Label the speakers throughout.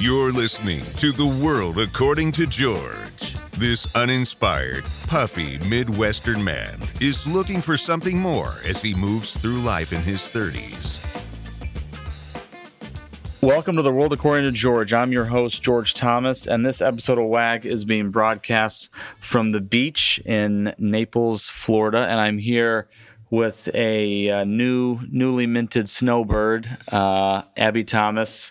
Speaker 1: You're listening to The World According to George. This uninspired, puffy Midwestern man is looking for something more as he moves through life in his 30s.
Speaker 2: Welcome to the world according to George. I'm your host, George Thomas, and this episode of WAG is being broadcast from the beach in Naples, Florida. And I'm here with a uh, new, newly minted snowbird, uh, Abby Thomas.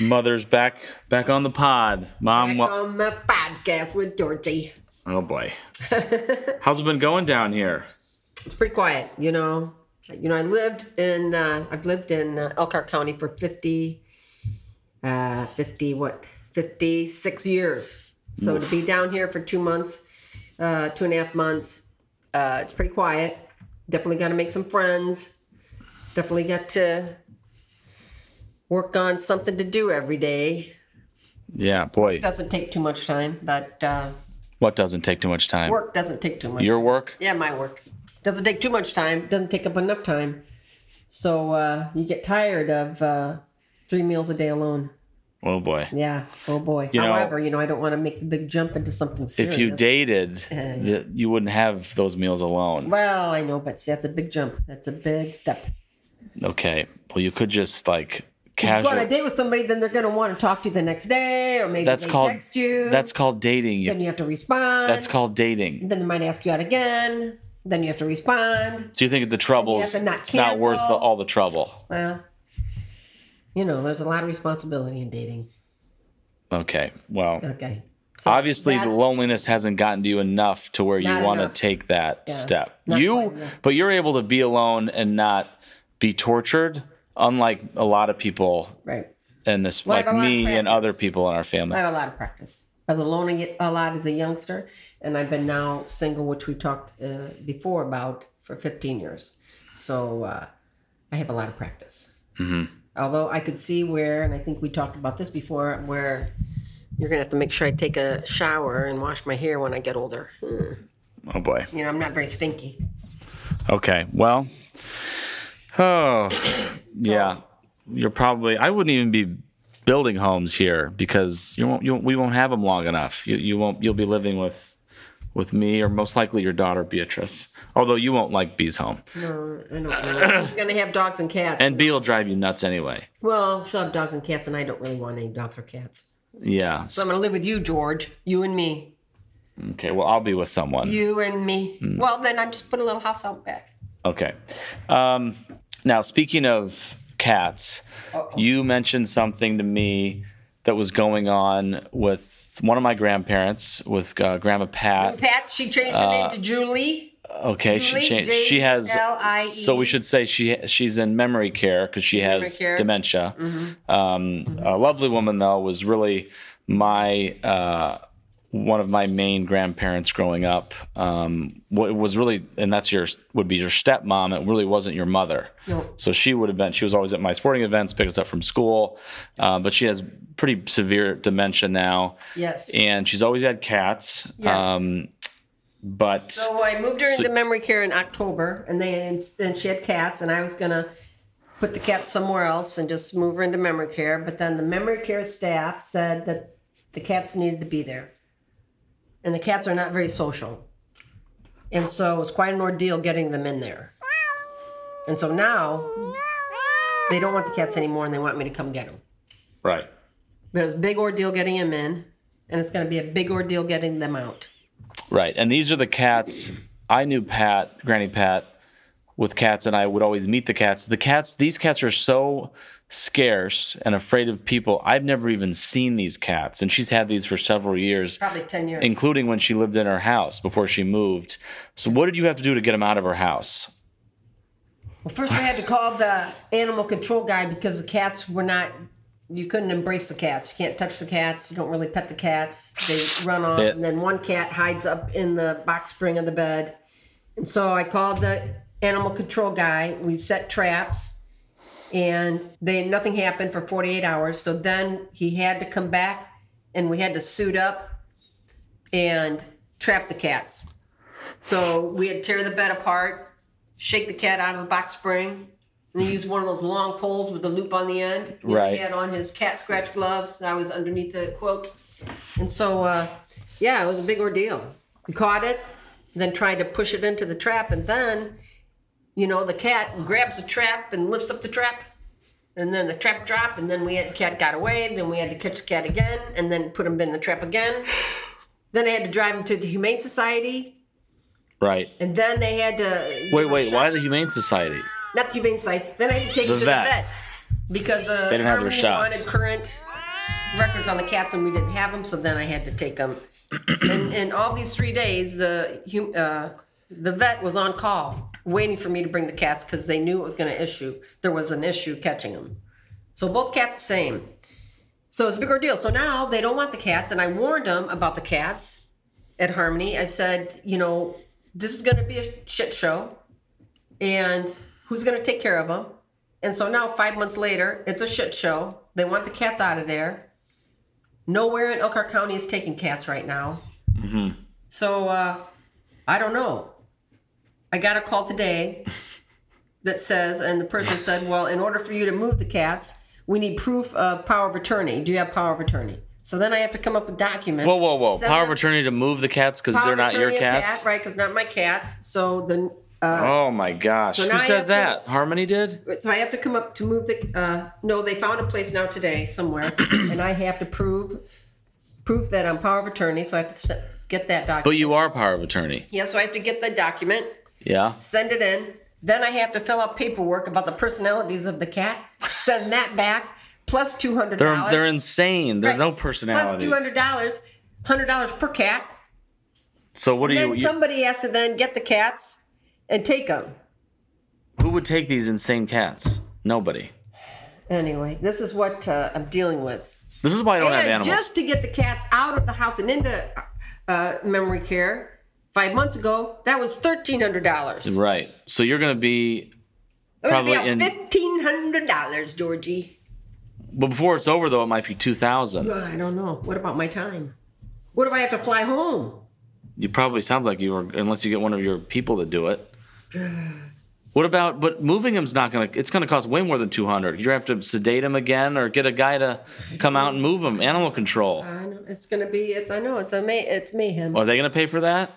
Speaker 2: Mother's back, back on the pod. Mom,
Speaker 3: Back
Speaker 2: wel-
Speaker 3: on my podcast with Georgie.
Speaker 2: oh boy, how's it been going down here?
Speaker 3: It's pretty quiet, you know. You know, I lived in uh, I've lived in uh, Elkhart County for 50 uh 50 what? 56 years. So to be down here for 2 months, uh 2 and a half months, uh it's pretty quiet. Definitely got to make some friends. Definitely got to work on something to do every day.
Speaker 2: Yeah, boy,
Speaker 3: Doesn't take too much time, but uh
Speaker 2: what doesn't take too much time?
Speaker 3: work doesn't take too much.
Speaker 2: Your work?
Speaker 3: Yeah, my work. Doesn't take too much time, doesn't take up enough time. So uh, you get tired of uh, three meals a day alone.
Speaker 2: Oh boy.
Speaker 3: Yeah. Oh boy.
Speaker 2: know-
Speaker 3: However, you know, I don't want to make the big jump into something serious.
Speaker 2: If you dated, th- you wouldn't have those meals alone.
Speaker 3: Well, I know, but see, that's a big jump. That's a big step.
Speaker 2: Okay. Well, you could just like
Speaker 3: If you go on a
Speaker 2: casual.
Speaker 3: date with somebody, then they're going to want to talk to you the next day, or maybe
Speaker 2: That's
Speaker 3: they
Speaker 2: called
Speaker 3: text you.
Speaker 2: that's called dating. You-
Speaker 3: then you have to respond.
Speaker 2: That's called dating.
Speaker 3: Then they might ask you out again. Then you have to respond.
Speaker 2: So you think the trouble's
Speaker 3: to not
Speaker 2: it's not worth the,
Speaker 3: cancel.
Speaker 2: all the trouble?
Speaker 3: Well, you know, there's a lot of responsibility in dating.
Speaker 2: Okay. Well,
Speaker 3: Okay. So
Speaker 2: obviously the
Speaker 3: that's-
Speaker 2: loneliness hasn't gotten to you enough to where you
Speaker 3: Not
Speaker 2: want to
Speaker 3: enough.
Speaker 2: take that step.
Speaker 3: Not
Speaker 2: You,
Speaker 3: quite enough.
Speaker 2: but you're able to be alone and not be tortured, unlike a lot of people
Speaker 3: Right.
Speaker 2: in this,
Speaker 3: Well, I have
Speaker 2: like
Speaker 3: a lot of
Speaker 2: me and
Speaker 3: practice.
Speaker 2: other people in our family.
Speaker 3: I have a lot of practice. I was alone a a lot as a youngster, and I've been now single, which we talked uh, before about, for 15 years. So uh, I have a lot of practice. Although I could see where, and I think we talked about this before, where you're going to have to make sure I take a shower and wash my hair when I get older.
Speaker 2: Oh boy.
Speaker 3: You know, I'm not very stinky.
Speaker 2: Okay. Well. Oh. yeah. You're probably. I wouldn't even be building homes here because you won't. You won't, we won't have them long enough. You, you won't. You'll be living with, with me or most likely your daughter Beatrice. Although you won't like Bee's home,
Speaker 3: No, I don't know. She's going to have dogs and cats.
Speaker 2: and Bee will drive you nuts anyway.
Speaker 3: well, she'll have dogs and cats, and I don't really want any dogs or cats.
Speaker 2: Yeah.
Speaker 3: So I'm going to live with you, George. You and me.
Speaker 2: Okay. Well, I'll be with someone.
Speaker 3: You and me.
Speaker 2: Mm.
Speaker 3: Well, then I just put a little house out back.
Speaker 2: Okay. Um, now, speaking of cats, you mentioned something to me that was going on with one of my grandparents, with uh, Grandma Pat.
Speaker 3: Pat, she changed her name
Speaker 2: Uh,
Speaker 3: to Julie.
Speaker 2: Okay, she
Speaker 3: Julie,
Speaker 2: changed. She has.
Speaker 3: J-L-I-E.
Speaker 2: So we should say she she's E. in memory care because she has
Speaker 3: care.
Speaker 2: dementia. Um, A lovely woman though was really my uh, one of my main grandparents growing up. Um, wa- was really and that's your would be your stepmom. It really wasn't your mother.
Speaker 3: Nope.
Speaker 2: So she would have been. She was always at my sporting events, pick us up from school. Uh, but she has pretty severe dementia now,
Speaker 3: Yes.
Speaker 2: and she's always had cats.
Speaker 3: Yes.
Speaker 2: Um, but
Speaker 3: so I moved her into memory care in October, and they and, and she had cats, and I was gonna put the cats somewhere else and just move her into memory care. But then the memory care staff said that the cats needed to be there, and the cats are not very social, and so it was quite an ordeal getting them in there. And so now they don't want the cats anymore, and they want me to come get them.
Speaker 2: right.
Speaker 3: But it was a big ordeal getting them in, and it's going to be a big ordeal getting them out.
Speaker 2: Right. And these are the cats. I knew Pat, Granny Pat, with cats, and I would always meet the cats. The cats, these cats are so scarce and afraid of people. I've never even seen these cats. And she's had these for several years,
Speaker 3: Probably 10 years.
Speaker 2: including when she lived in her house before she moved. So, what did you have to do to get them out of her house?
Speaker 3: well, first we had to call the animal control guy because the cats were not, you couldn't embrace the cats. You can't touch the cats. You don't really pet the cats. They run off.
Speaker 2: Yeah.
Speaker 3: And then one cat hides up in the box spring of the bed. And so I called the animal control guy. We set traps. and they nothing happened for 48 hours so then he had to come back and we had to suit up and trap the cats so we had to tear the bed apart shake the cat out of the box spring And he used one of those long poles with the loop on the end. You know,
Speaker 2: Right.
Speaker 3: He had on his cat scratch gloves. and I was underneath the quilt. And so, uh, yeah, it was a big ordeal. We caught it, then tried to push it into the trap. And then, you know, the cat grabs the trap and lifts up the trap. And then the trap dropped. And then we had, the cat got away. Then we had to catch the cat again and then put him in the trap again. Then I had to drive him to the Humane Society.
Speaker 2: Right.
Speaker 3: And then they had to
Speaker 2: Wait, wait. Why the Humane Society?
Speaker 3: not the humane side. Then I had to take
Speaker 2: The
Speaker 3: him to
Speaker 2: vet.
Speaker 3: the vet because uh,
Speaker 2: They didn't have their
Speaker 3: Harmony
Speaker 2: shots.
Speaker 3: Wanted current records on the cats, and we didn't have them. So then I had to take them. and, and all these three days, the hum- uh, the vet was on call, waiting for me to bring the cats because they knew it was going to issue. There was an issue catching them. So both cats the same. So it's a big ordeal. So now they don't want the cats, and I warned them about the cats at Harmony. I said, you know, this is going to be a shit show and who's going to take care of them? And so now, five months later, it's a shit show. They want the cats out of there. Nowhere in Elkhart County is taking cats right now.
Speaker 2: Mm-hmm.
Speaker 3: So uh, I don't know. I got a call today that says, and the person said, well, in order for you to move the cats, we need proof of power of attorney. Do you have power of attorney? So then I have to come up with documents.
Speaker 2: Whoa, whoa, whoa.
Speaker 3: Send
Speaker 2: Power of
Speaker 3: them-
Speaker 2: attorney to move the cats because
Speaker 3: power
Speaker 2: they're
Speaker 3: of
Speaker 2: not your
Speaker 3: attorney of
Speaker 2: cats?
Speaker 3: Cat, right, because not my cats. So then. Uh,
Speaker 2: Oh my gosh.
Speaker 3: So now
Speaker 2: Who
Speaker 3: I have
Speaker 2: said
Speaker 3: to-
Speaker 2: that? Harmony did?
Speaker 3: so I have to come up to move the. Uh, no, they found a place now today somewhere, and I have to prove prove that I'm power of attorney. So I have to s- get that document.
Speaker 2: But you are power of attorney.
Speaker 3: yeah, so I have to get the document,
Speaker 2: Yeah.
Speaker 3: send it in. Then I have to fill out paperwork about the personalities of the cat, send that back, plus two hundred
Speaker 2: They're
Speaker 3: dollars.
Speaker 2: they're insane. There's no
Speaker 3: Plus
Speaker 2: personalities.
Speaker 3: two hundred dollars, hundred dollars per cat.
Speaker 2: So what do you,
Speaker 3: Then
Speaker 2: you
Speaker 3: somebody has to then get the cats and take them.
Speaker 2: who would take these insane cats? Nobody.
Speaker 3: Anyway, this is what uh, I'm dealing with.
Speaker 2: This is why I don't have
Speaker 3: And
Speaker 2: animals.
Speaker 3: Just to get the cats out of the house and into uh, memory care five months ago, that was thirteen hundred dollars.
Speaker 2: Right. So you're gonna be probably in-
Speaker 3: fifteen hundred dollars, Georgie.
Speaker 2: but before it's over though, it might be two thousand.
Speaker 3: Ugh, I don't know. What about my time? What if I have to fly home?
Speaker 2: You probably sounds like you were unless you get one of your people to do it. What about but moving him's not gonna it's gonna cost way more than two hundred. You have to sedate him again or get a guy to come out and move him. Animal control.
Speaker 3: I know it's gonna be. It's, I know it's a may, it's mayhem.
Speaker 2: Are they gonna pay for that?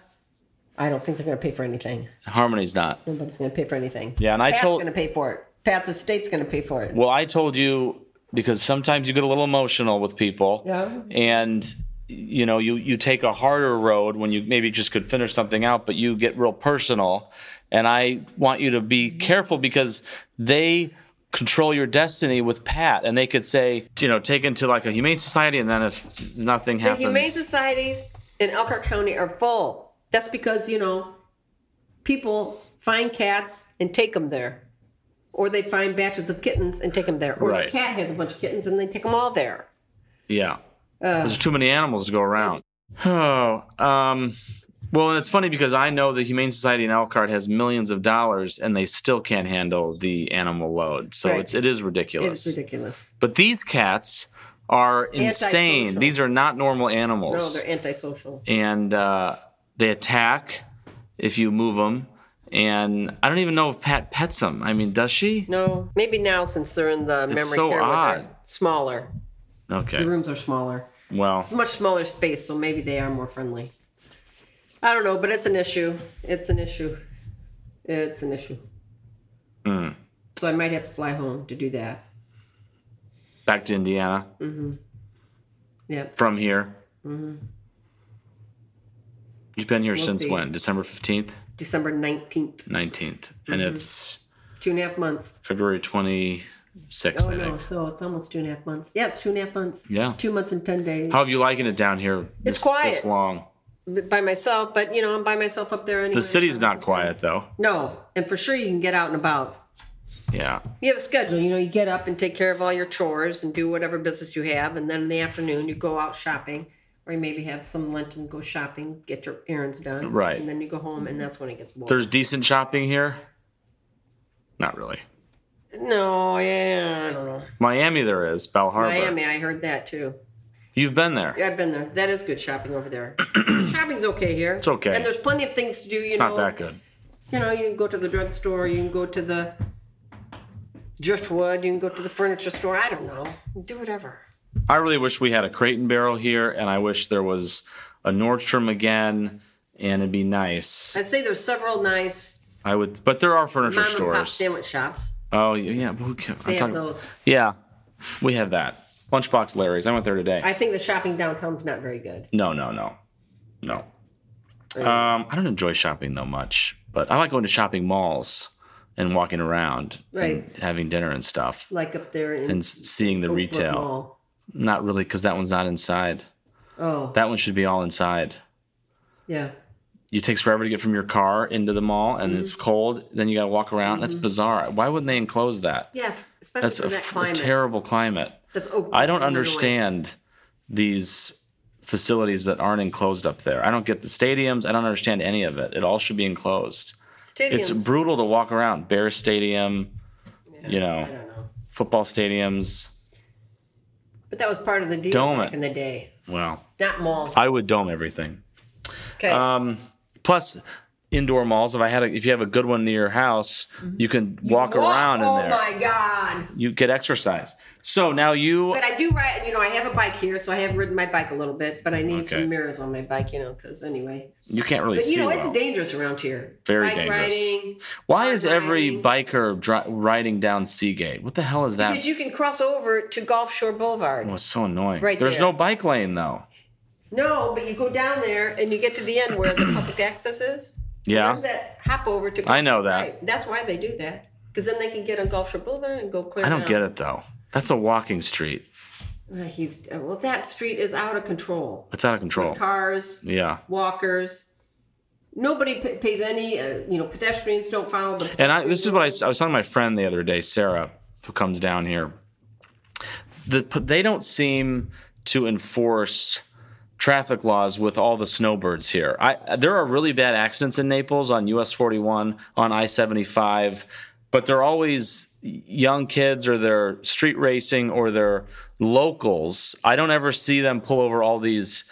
Speaker 3: I don't think they're gonna pay for anything.
Speaker 2: Harmony's not.
Speaker 3: Nobody's gonna pay for anything.
Speaker 2: Yeah, and I
Speaker 3: Pat's
Speaker 2: told-
Speaker 3: gonna pay for it. Pat's estate's gonna pay for it.
Speaker 2: Well, I told you because sometimes you get a little emotional with people.
Speaker 3: Yeah.
Speaker 2: And you know, you you take a harder road when you maybe just could finish something out, but you get real personal. And I want you to be careful because they control your destiny with Pat, and they could say, you know, take into like a humane society, and then if nothing
Speaker 3: The
Speaker 2: happens,
Speaker 3: humane societies in Elkhart County are full. That's because, you know, people find cats and take them there. Or they find batches of kittens and take them there. Or
Speaker 2: Right.
Speaker 3: the cat has a bunch of kittens and they take them all there.
Speaker 2: Yeah. There's too many animals to go around. Oh, um, well, and it's funny because I know the Humane Society in Elkhart has millions of dollars, and they still can't handle the animal load. So
Speaker 3: Right.
Speaker 2: it's it is
Speaker 3: It's
Speaker 2: ridiculous.
Speaker 3: ridiculous.
Speaker 2: But these cats are insane.
Speaker 3: Antisocial.
Speaker 2: These are not normal
Speaker 3: No,
Speaker 2: animals,
Speaker 3: they're antisocial.
Speaker 2: and uh, they attack if you move them. And I don't even know if Pat pets them. I mean, does she?
Speaker 3: No, maybe now since they're in the memory
Speaker 2: so
Speaker 3: care with
Speaker 2: odd.
Speaker 3: it, smaller. The
Speaker 2: Okay.
Speaker 3: rooms are smaller.
Speaker 2: Well,
Speaker 3: It's much smaller space, so maybe they are more friendly. I don't know, but it's an issue. It's an issue. It's an issue.
Speaker 2: Hmm.
Speaker 3: So I might have to fly home to do that.
Speaker 2: back to Indiana
Speaker 3: Yeah.
Speaker 2: from here. You've been here since
Speaker 3: Mm-hmm. see.
Speaker 2: when? December 15th,
Speaker 3: December 19th,
Speaker 2: 19th. And
Speaker 3: Mm-hmm.
Speaker 2: it's
Speaker 3: two and a half months.
Speaker 2: February 26th,
Speaker 3: Oh,
Speaker 2: I
Speaker 3: no.
Speaker 2: think.
Speaker 3: So it's almost two and a half months. Yeah, it's two and a half months.
Speaker 2: Yeah.
Speaker 3: Two months and 10 days
Speaker 2: How have you liking it down here this, this
Speaker 3: quiet.
Speaker 2: long?
Speaker 3: by myself, but you know, I'm by myself up there anyway.
Speaker 2: The city's not quiet, though.
Speaker 3: No. And for sure, you can get out and about.
Speaker 2: Yeah.
Speaker 3: You have a schedule. You know, you get up and take care of all your chores and do whatever business you have. And then in the afternoon, you go out shopping or you maybe have some lunch and go shopping, get your errands done.
Speaker 2: Right.
Speaker 3: And then you go home, and that's when it gets boring.
Speaker 2: There's decent shopping here? Not really.
Speaker 3: no, yeah, I don't know.
Speaker 2: Miami, there is, Bell Harbor.
Speaker 3: Miami, I heard that too.
Speaker 2: You've been there.
Speaker 3: I've been there. That is good shopping over there. Shopping's okay here. It's
Speaker 2: okay.
Speaker 3: And there's plenty of things to do. You
Speaker 2: It's
Speaker 3: know,
Speaker 2: not that good.
Speaker 3: you know, you can go to the drugstore, you can go to the driftwood. You can go to the furniture store. I don't know. Do whatever.
Speaker 2: I really wish we had a crate and barrel here, and I wish there was a Nordstrom again, and it'd be nice.
Speaker 3: I'd say there's several nice
Speaker 2: I would, but there are furniture
Speaker 3: mom and pop
Speaker 2: stores.
Speaker 3: sandwich shops.
Speaker 2: Oh yeah, yeah. But we can,
Speaker 3: They
Speaker 2: I'm
Speaker 3: have
Speaker 2: talking,
Speaker 3: those.
Speaker 2: Yeah, we have that. Lunchbox Larry's. I went there today.
Speaker 3: I think the shopping downtown's not very good.
Speaker 2: no, no, no, no. Um, I don't enjoy shopping though much, but I like going to shopping malls and walking around
Speaker 3: Right.
Speaker 2: and having dinner and stuff
Speaker 3: Like up there in
Speaker 2: and s- seeing the
Speaker 3: Oakwood
Speaker 2: retail.
Speaker 3: Mall.
Speaker 2: Not really, because that one's not inside.
Speaker 3: Oh,
Speaker 2: That one should be all inside.
Speaker 3: yeah.
Speaker 2: It takes forever to get from your car into the mall, and
Speaker 3: Mm-hmm.
Speaker 2: it's cold. Then you got to walk around. That's bizarre. Why wouldn't they enclose that?
Speaker 3: Yeah, especially
Speaker 2: That's
Speaker 3: in
Speaker 2: a,
Speaker 3: Mm-hmm. that
Speaker 2: f- a
Speaker 3: climate.
Speaker 2: terrible climate.
Speaker 3: That's Oakwood,
Speaker 2: I don't
Speaker 3: Illinois.
Speaker 2: understand these facilities that aren't enclosed up there. I don't get the stadiums. I don't understand any of it. It all should be enclosed.
Speaker 3: Stadiums.
Speaker 2: It's brutal to walk around. Bear Stadium, you
Speaker 3: I
Speaker 2: know,
Speaker 3: don't know.
Speaker 2: football stadiums.
Speaker 3: But that was part of the deal
Speaker 2: Dome
Speaker 3: back
Speaker 2: it.
Speaker 3: in the day.
Speaker 2: Well,
Speaker 3: Not malls.
Speaker 2: I would dome everything.
Speaker 3: Okay.
Speaker 2: Um, plus, indoor malls. If I had, a, if you have a good one near your house, you can walk
Speaker 3: What?
Speaker 2: around
Speaker 3: Mm-hmm. oh
Speaker 2: in there.
Speaker 3: my god.
Speaker 2: You get exercise. So now you.
Speaker 3: But I do ride, you know, I have a bike here, so I have ridden my bike a little bit, but I need
Speaker 2: Okay.
Speaker 3: some mirrors on my bike, you know, because anyway.
Speaker 2: You can't really
Speaker 3: But
Speaker 2: see.
Speaker 3: you know,
Speaker 2: well.
Speaker 3: it's dangerous around here.
Speaker 2: Very
Speaker 3: bike
Speaker 2: dangerous.
Speaker 3: riding.
Speaker 2: Why is every
Speaker 3: riding.
Speaker 2: biker dri- riding down Seagate? What the hell is that?
Speaker 3: Because you can cross over to Gulf Shore Boulevard.
Speaker 2: Oh, it's so annoying.
Speaker 3: Right
Speaker 2: There's
Speaker 3: there.
Speaker 2: no bike lane though.
Speaker 3: No, but you go down there and you get to the end where the public access is.
Speaker 2: Yeah.
Speaker 3: There's that hop over to.
Speaker 2: I know that.
Speaker 3: Right. That's why they do that. Because then they can get on Gulf Shore Boulevard and go clear.
Speaker 2: I don't get it though. That's a walking street.
Speaker 3: it. He's uh, well. That street is out of control.
Speaker 2: It's out of control.
Speaker 3: Cars,
Speaker 2: Yeah.
Speaker 3: walkers. Nobody p- pays any. Uh, you know, pedestrians don't follow the.
Speaker 2: And I this is what I, s- I was talking to my friend the other day, Sarah, who comes down here. The p- they don't seem to enforce traffic laws with all the snowbirds here. I there are really bad accidents in Naples on US 41, on I-75, but they're always young kids or they're street racing or they're locals. I don't ever see them pull over all these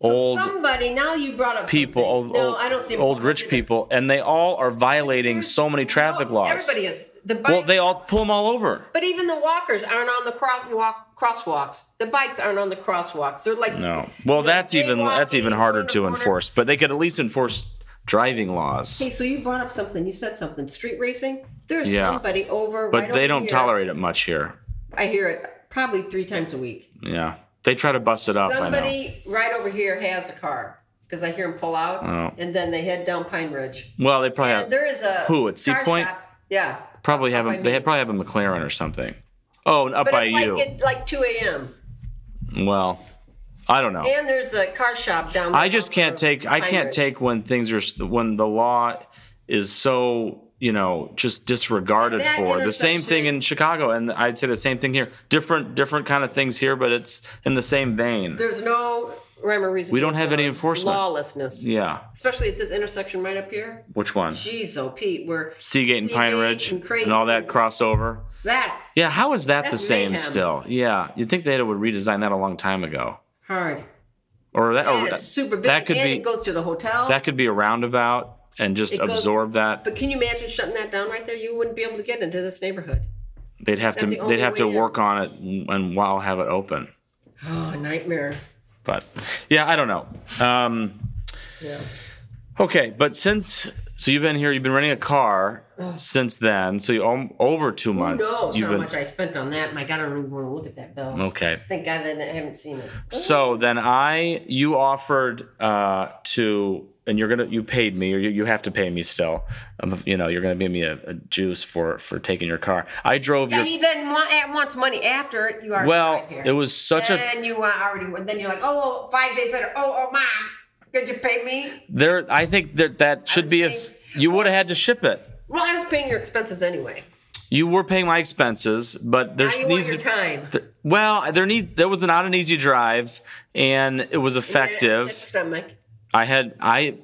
Speaker 2: old
Speaker 3: somebody. Now you brought up
Speaker 2: people, old,
Speaker 3: something. no,
Speaker 2: old-
Speaker 3: I don't see
Speaker 2: old rich people, and they all are violating so many traffic
Speaker 3: No,
Speaker 2: laws.
Speaker 3: Everybody is the bike.
Speaker 2: Well, they all pull them all over.
Speaker 3: But even the walkers aren't on the crosswalk crosswalks. The bikes aren't on the crosswalks. They're like
Speaker 2: No. Well, that's even that's even harder to enforce, but they could at least enforce driving laws.
Speaker 3: Hey, so you brought up something. You said something. Street racing. There's
Speaker 2: Yeah.
Speaker 3: somebody over.
Speaker 2: But
Speaker 3: right
Speaker 2: they
Speaker 3: over
Speaker 2: don't
Speaker 3: here.
Speaker 2: tolerate it much here.
Speaker 3: I hear it probably three times a week.
Speaker 2: Yeah. They try to bust it up, I know.
Speaker 3: Somebody right over here has a car because I hear them pull out,
Speaker 2: Oh.
Speaker 3: and then they head down Pine Ridge.
Speaker 2: Well, they probably
Speaker 3: And
Speaker 2: have,
Speaker 3: there is a
Speaker 2: Who, at Sea
Speaker 3: car
Speaker 2: Point?
Speaker 3: shop. Yeah,
Speaker 2: probably have a,
Speaker 3: by
Speaker 2: they
Speaker 3: me.
Speaker 2: have, probably have a McLaren or something. Oh, and up
Speaker 3: but
Speaker 2: by
Speaker 3: it's like
Speaker 2: you.
Speaker 3: at like 2 a.m.
Speaker 2: well, I don't know.
Speaker 3: And there's a car shop down.
Speaker 2: I just can't take I
Speaker 3: Pine
Speaker 2: can't
Speaker 3: Ridge.
Speaker 2: take when things are when the law is so you know just disregarded
Speaker 3: That
Speaker 2: for the same thing
Speaker 3: intersection-
Speaker 2: in Chicago and I'd say the same thing here different different kind of things here but it's in the same vein
Speaker 3: There's no rhyme or reason.
Speaker 2: We don't
Speaker 3: to
Speaker 2: have
Speaker 3: this
Speaker 2: any
Speaker 3: law-
Speaker 2: enforcement.
Speaker 3: Lawlessness,
Speaker 2: yeah
Speaker 3: especially at this intersection right up here.
Speaker 2: which one
Speaker 3: Jeez, oh Pete, we're
Speaker 2: Seagate and Pine Ridge and, all that crossover
Speaker 3: That
Speaker 2: yeah how is that the
Speaker 3: That's
Speaker 2: same
Speaker 3: mayhem.
Speaker 2: still yeah you'd think they would redesign that a long time ago
Speaker 3: hard.
Speaker 2: or Oh, that
Speaker 3: And
Speaker 2: or
Speaker 3: it's super busy.
Speaker 2: that could
Speaker 3: and
Speaker 2: be
Speaker 3: it goes to the hotel.
Speaker 2: that could be a roundabout and just
Speaker 3: It goes-
Speaker 2: absorb that
Speaker 3: but can you imagine shutting that down right there? You wouldn't be able to get into this neighborhood.
Speaker 2: They'd have to
Speaker 3: That's the only
Speaker 2: they'd have to
Speaker 3: way in.
Speaker 2: work on it and, and while have it open.
Speaker 3: Oh, nightmare.
Speaker 2: But yeah, I don't know. Um,
Speaker 3: Yeah.
Speaker 2: okay, but since so you've been here, you've been renting a car since then. So you om- over two
Speaker 3: Who
Speaker 2: months.
Speaker 3: knows
Speaker 2: you've
Speaker 3: how
Speaker 2: been
Speaker 3: much I spent on that? My God, I don't even want to look at that bill.
Speaker 2: okay.
Speaker 3: Thank God I haven't seen it.
Speaker 2: So then I you offered uh, to and you're gonna you paid me or you, you have to pay me still. Um, you know you're gonna give me a, a juice for for taking your car. I drove your
Speaker 3: He then wa- eh, wants money after it. You already
Speaker 2: well.
Speaker 3: drive here.
Speaker 2: It was such a
Speaker 3: Then you uh, already. Then you're like, oh, well, five days later. Oh, oh, mom, could you pay me?
Speaker 2: There, I think that that should
Speaker 3: was uh,
Speaker 2: be
Speaker 3: paying-
Speaker 2: if you would have had to ship it.
Speaker 3: Well, I was paying your expenses anyway.
Speaker 2: You were paying my expenses, but
Speaker 3: Now
Speaker 2: there's
Speaker 3: you
Speaker 2: needs
Speaker 3: want your
Speaker 2: to-
Speaker 3: time.
Speaker 2: th- well, there needs there was not an easy drive, and it was
Speaker 3: Yeah,
Speaker 2: effective.
Speaker 3: Stomach.
Speaker 2: I had I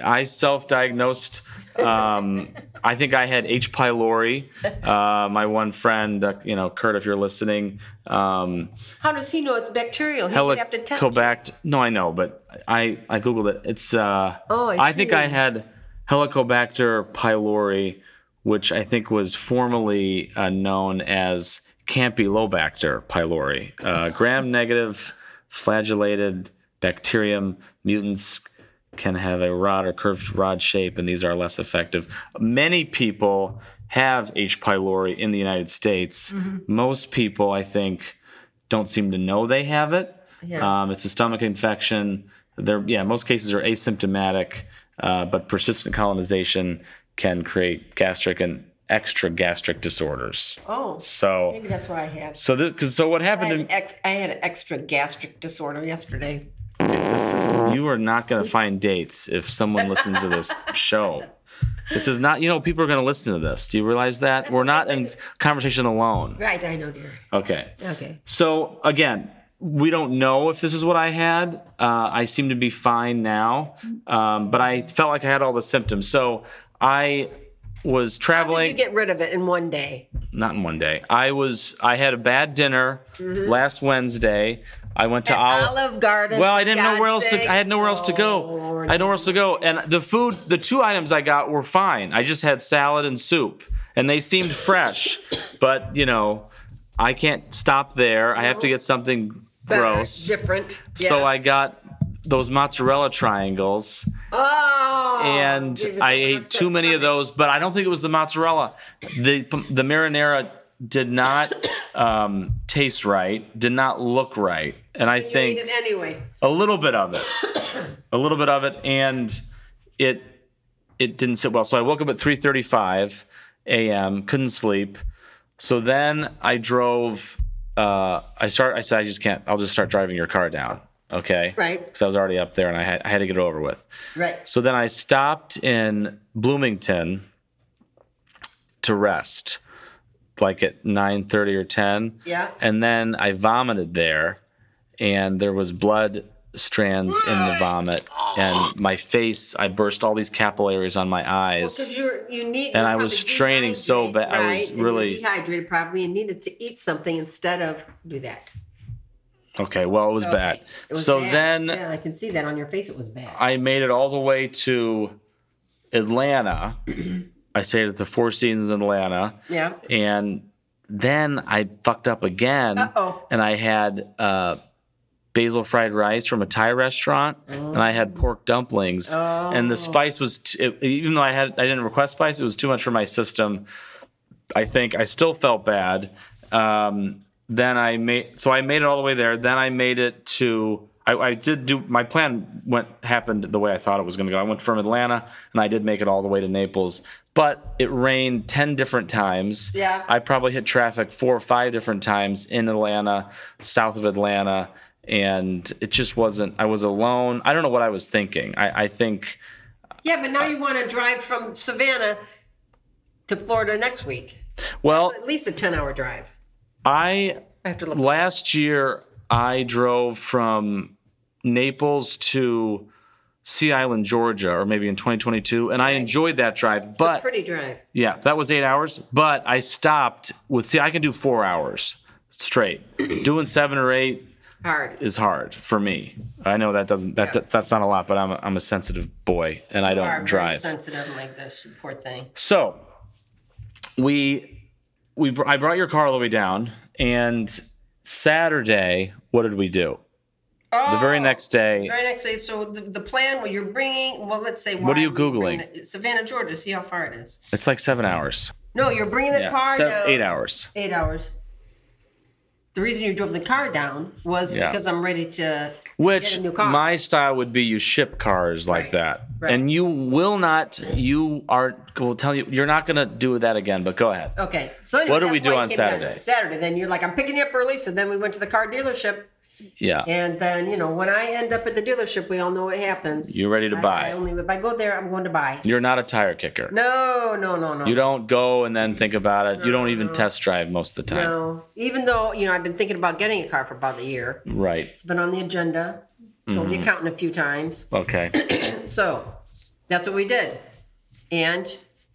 Speaker 2: I self-diagnosed. Um, I think I had H. pylori. Uh, my one friend, uh, you know, Kurt, if you're listening, um,
Speaker 3: How does he know it's bacterial? He would have to test. it.
Speaker 2: Helicobacter. No, I know, but I I googled it. It's uh.
Speaker 3: Oh, I
Speaker 2: think
Speaker 3: see.
Speaker 2: I had Helicobacter pylori, which I think was formerly uh, known as Campylobacter pylori, uh, gram negative flagellated bacterium mutants can have a rod or curved rod shape, and these are less effective. Many people have H. pylori in the United States.
Speaker 3: Mm-hmm.
Speaker 2: Most people, I think, don't seem to know they have it.
Speaker 3: Yeah.
Speaker 2: Um, it's a stomach infection. They're, yeah, most cases are asymptomatic, uh, but persistent colonization can create gastric and extra gastric disorders.
Speaker 3: Oh,
Speaker 2: So,
Speaker 3: maybe that's what I have.
Speaker 2: so this, cause, so what
Speaker 3: I
Speaker 2: happened?
Speaker 3: had,
Speaker 2: in
Speaker 3: an ex- I had an extra gastric disorder yesterday.
Speaker 2: This is you are not going to find dates if someone listens to this show. This is not, you know, people are going to listen to this. Do you realize that? We're not in conversation alone.
Speaker 3: Right, I know, dear.
Speaker 2: Okay.
Speaker 3: Okay.
Speaker 2: So again, we don't know if this is what I had. Uh, I seem to be fine now, um, but I felt like I had all the symptoms. So I was
Speaker 3: How did
Speaker 2: traveling
Speaker 3: you get rid of it in one day?
Speaker 2: not in one day. I was I had a bad dinner last Wednesday. I went to Oli-
Speaker 3: Mm-hmm. Olive Garden.
Speaker 2: well, I
Speaker 3: for
Speaker 2: didn't know
Speaker 3: God's
Speaker 2: where else
Speaker 3: sakes.
Speaker 2: to. I had nowhere else to go.
Speaker 3: Oh, Lord.
Speaker 2: I had nowhere else to go, and the food, the two items I got were fine. I just had salad and soup, and they seemed fresh. but you know, I can't stop there. I have to get something
Speaker 3: Better,
Speaker 2: gross.
Speaker 3: Different.
Speaker 2: So
Speaker 3: yes.
Speaker 2: I got those mozzarella triangles,
Speaker 3: Oh.
Speaker 2: and
Speaker 3: Jesus,
Speaker 2: I
Speaker 3: I'm
Speaker 2: ate
Speaker 3: upset
Speaker 2: too many of
Speaker 3: stomach.
Speaker 2: those. But I don't think it was the mozzarella. The the marinara did not um, taste right. Did not look right. And I think
Speaker 3: You ate it anyway.
Speaker 2: a little bit of it a little bit of it and it it didn't sit well so i woke up at 3.35 a.m couldn't sleep so then i drove uh i start i said i just can't i'll just start driving your car down okay
Speaker 3: Right.
Speaker 2: because i was already up there and i had, I had to get it over with
Speaker 3: Right.
Speaker 2: so then I stopped in Bloomington to rest, like at nine thirty or ten.
Speaker 3: Yeah.
Speaker 2: And then I vomited there, and there was blood strands in the vomit, and my face. I burst all these capillaries on my eyes.
Speaker 3: Because you're you need.
Speaker 2: And
Speaker 3: you're
Speaker 2: I was
Speaker 3: probably
Speaker 2: straining so
Speaker 3: dehydrated,
Speaker 2: bad- I was
Speaker 3: right? And you're
Speaker 2: really-
Speaker 3: dehydrated. Probably and needed to eat something instead of do that.
Speaker 2: Okay, well it was bad.
Speaker 3: Okay. It was
Speaker 2: so
Speaker 3: bad.
Speaker 2: then
Speaker 3: yeah, I can see that on your face. It was bad.
Speaker 2: I made it all the way to Atlanta. I stayed at the Four Seasons in Atlanta.
Speaker 3: yeah.
Speaker 2: and then I fucked up again,
Speaker 3: Uh-oh.
Speaker 2: and I had uh, basil fried rice from a Thai restaurant, and I had pork dumplings, and the spice was t- it, even though I had I didn't request spice, it was too much for my system. I think I still felt bad. Um, then I made so I made it all the way there. Then I made it to I, I did do my plan went happened the way I thought it was going to go. I went from Atlanta and I did make it all the way to Naples, but it rained ten different times.
Speaker 3: Yeah.
Speaker 2: I probably hit traffic four or five different times in Atlanta, south of Atlanta, and it just wasn't. I was alone. I don't know what I was thinking. I, I think.
Speaker 3: Yeah, but now you want to drive from Savannah to Florida next week.
Speaker 2: Well,
Speaker 3: At least a ten-hour drive.
Speaker 2: I
Speaker 3: I have to look.
Speaker 2: last year I drove from Naples to Sea Island, Georgia, or maybe in 2022, and I enjoyed that drive. But
Speaker 3: Pretty drive.
Speaker 2: yeah, that was eight hours. But I stopped with see, I can do four hours straight. Doing seven or eight
Speaker 3: Hard.
Speaker 2: is hard for me. I know that doesn't that,
Speaker 3: Yeah.
Speaker 2: that's not a lot, but I'm a, I'm a sensitive boy and I don't
Speaker 3: Hard, very
Speaker 2: drive.
Speaker 3: sensitive like this. you Poor thing.
Speaker 2: So we we br- I brought your car all the way down, and Saturday, what did we do?
Speaker 3: Oh,
Speaker 2: The very next day,
Speaker 3: Very next day. So the, the plan, well, you're bringing, well, let's say.
Speaker 2: What are
Speaker 3: why
Speaker 2: you
Speaker 3: you're bringing
Speaker 2: Googling?
Speaker 3: it- Savannah, Georgia. See how far it is.
Speaker 2: it's like seven hours.
Speaker 3: No, you're bringing the
Speaker 2: Yeah,
Speaker 3: car
Speaker 2: seven-
Speaker 3: down.
Speaker 2: eight hours.
Speaker 3: Eight hours. The reason you drove the car down was
Speaker 2: Yeah.
Speaker 3: because I'm ready to.
Speaker 2: Which
Speaker 3: a new car.
Speaker 2: my style would be you ship cars like
Speaker 3: Right,
Speaker 2: that,
Speaker 3: right.
Speaker 2: and you will not. You are. We'll tell you. You're not going to do that again. But go ahead.
Speaker 3: Okay. So anyway,
Speaker 2: What do
Speaker 3: that's
Speaker 2: we do
Speaker 3: why I
Speaker 2: on
Speaker 3: came down.
Speaker 2: Saturday?
Speaker 3: Saturday. Then you're like, I'm picking you up early. So then we went to the car dealership.
Speaker 2: Yeah.
Speaker 3: And then, you know, when I end up at the dealership, we all know what happens.
Speaker 2: You're ready to
Speaker 3: I
Speaker 2: buy.
Speaker 3: only, if I go there, I'm going to buy.
Speaker 2: You're not a tire kicker.
Speaker 3: No, no, no, no.
Speaker 2: You don't go and then think about it. You don't even test drive most of the time.
Speaker 3: No. Even though, you know, I've been thinking about getting a car for about a year.
Speaker 2: Right.
Speaker 3: It's been on the agenda. Told
Speaker 2: Mm-hmm.
Speaker 3: the accountant a few times.
Speaker 2: Okay.
Speaker 3: So that's what we did. And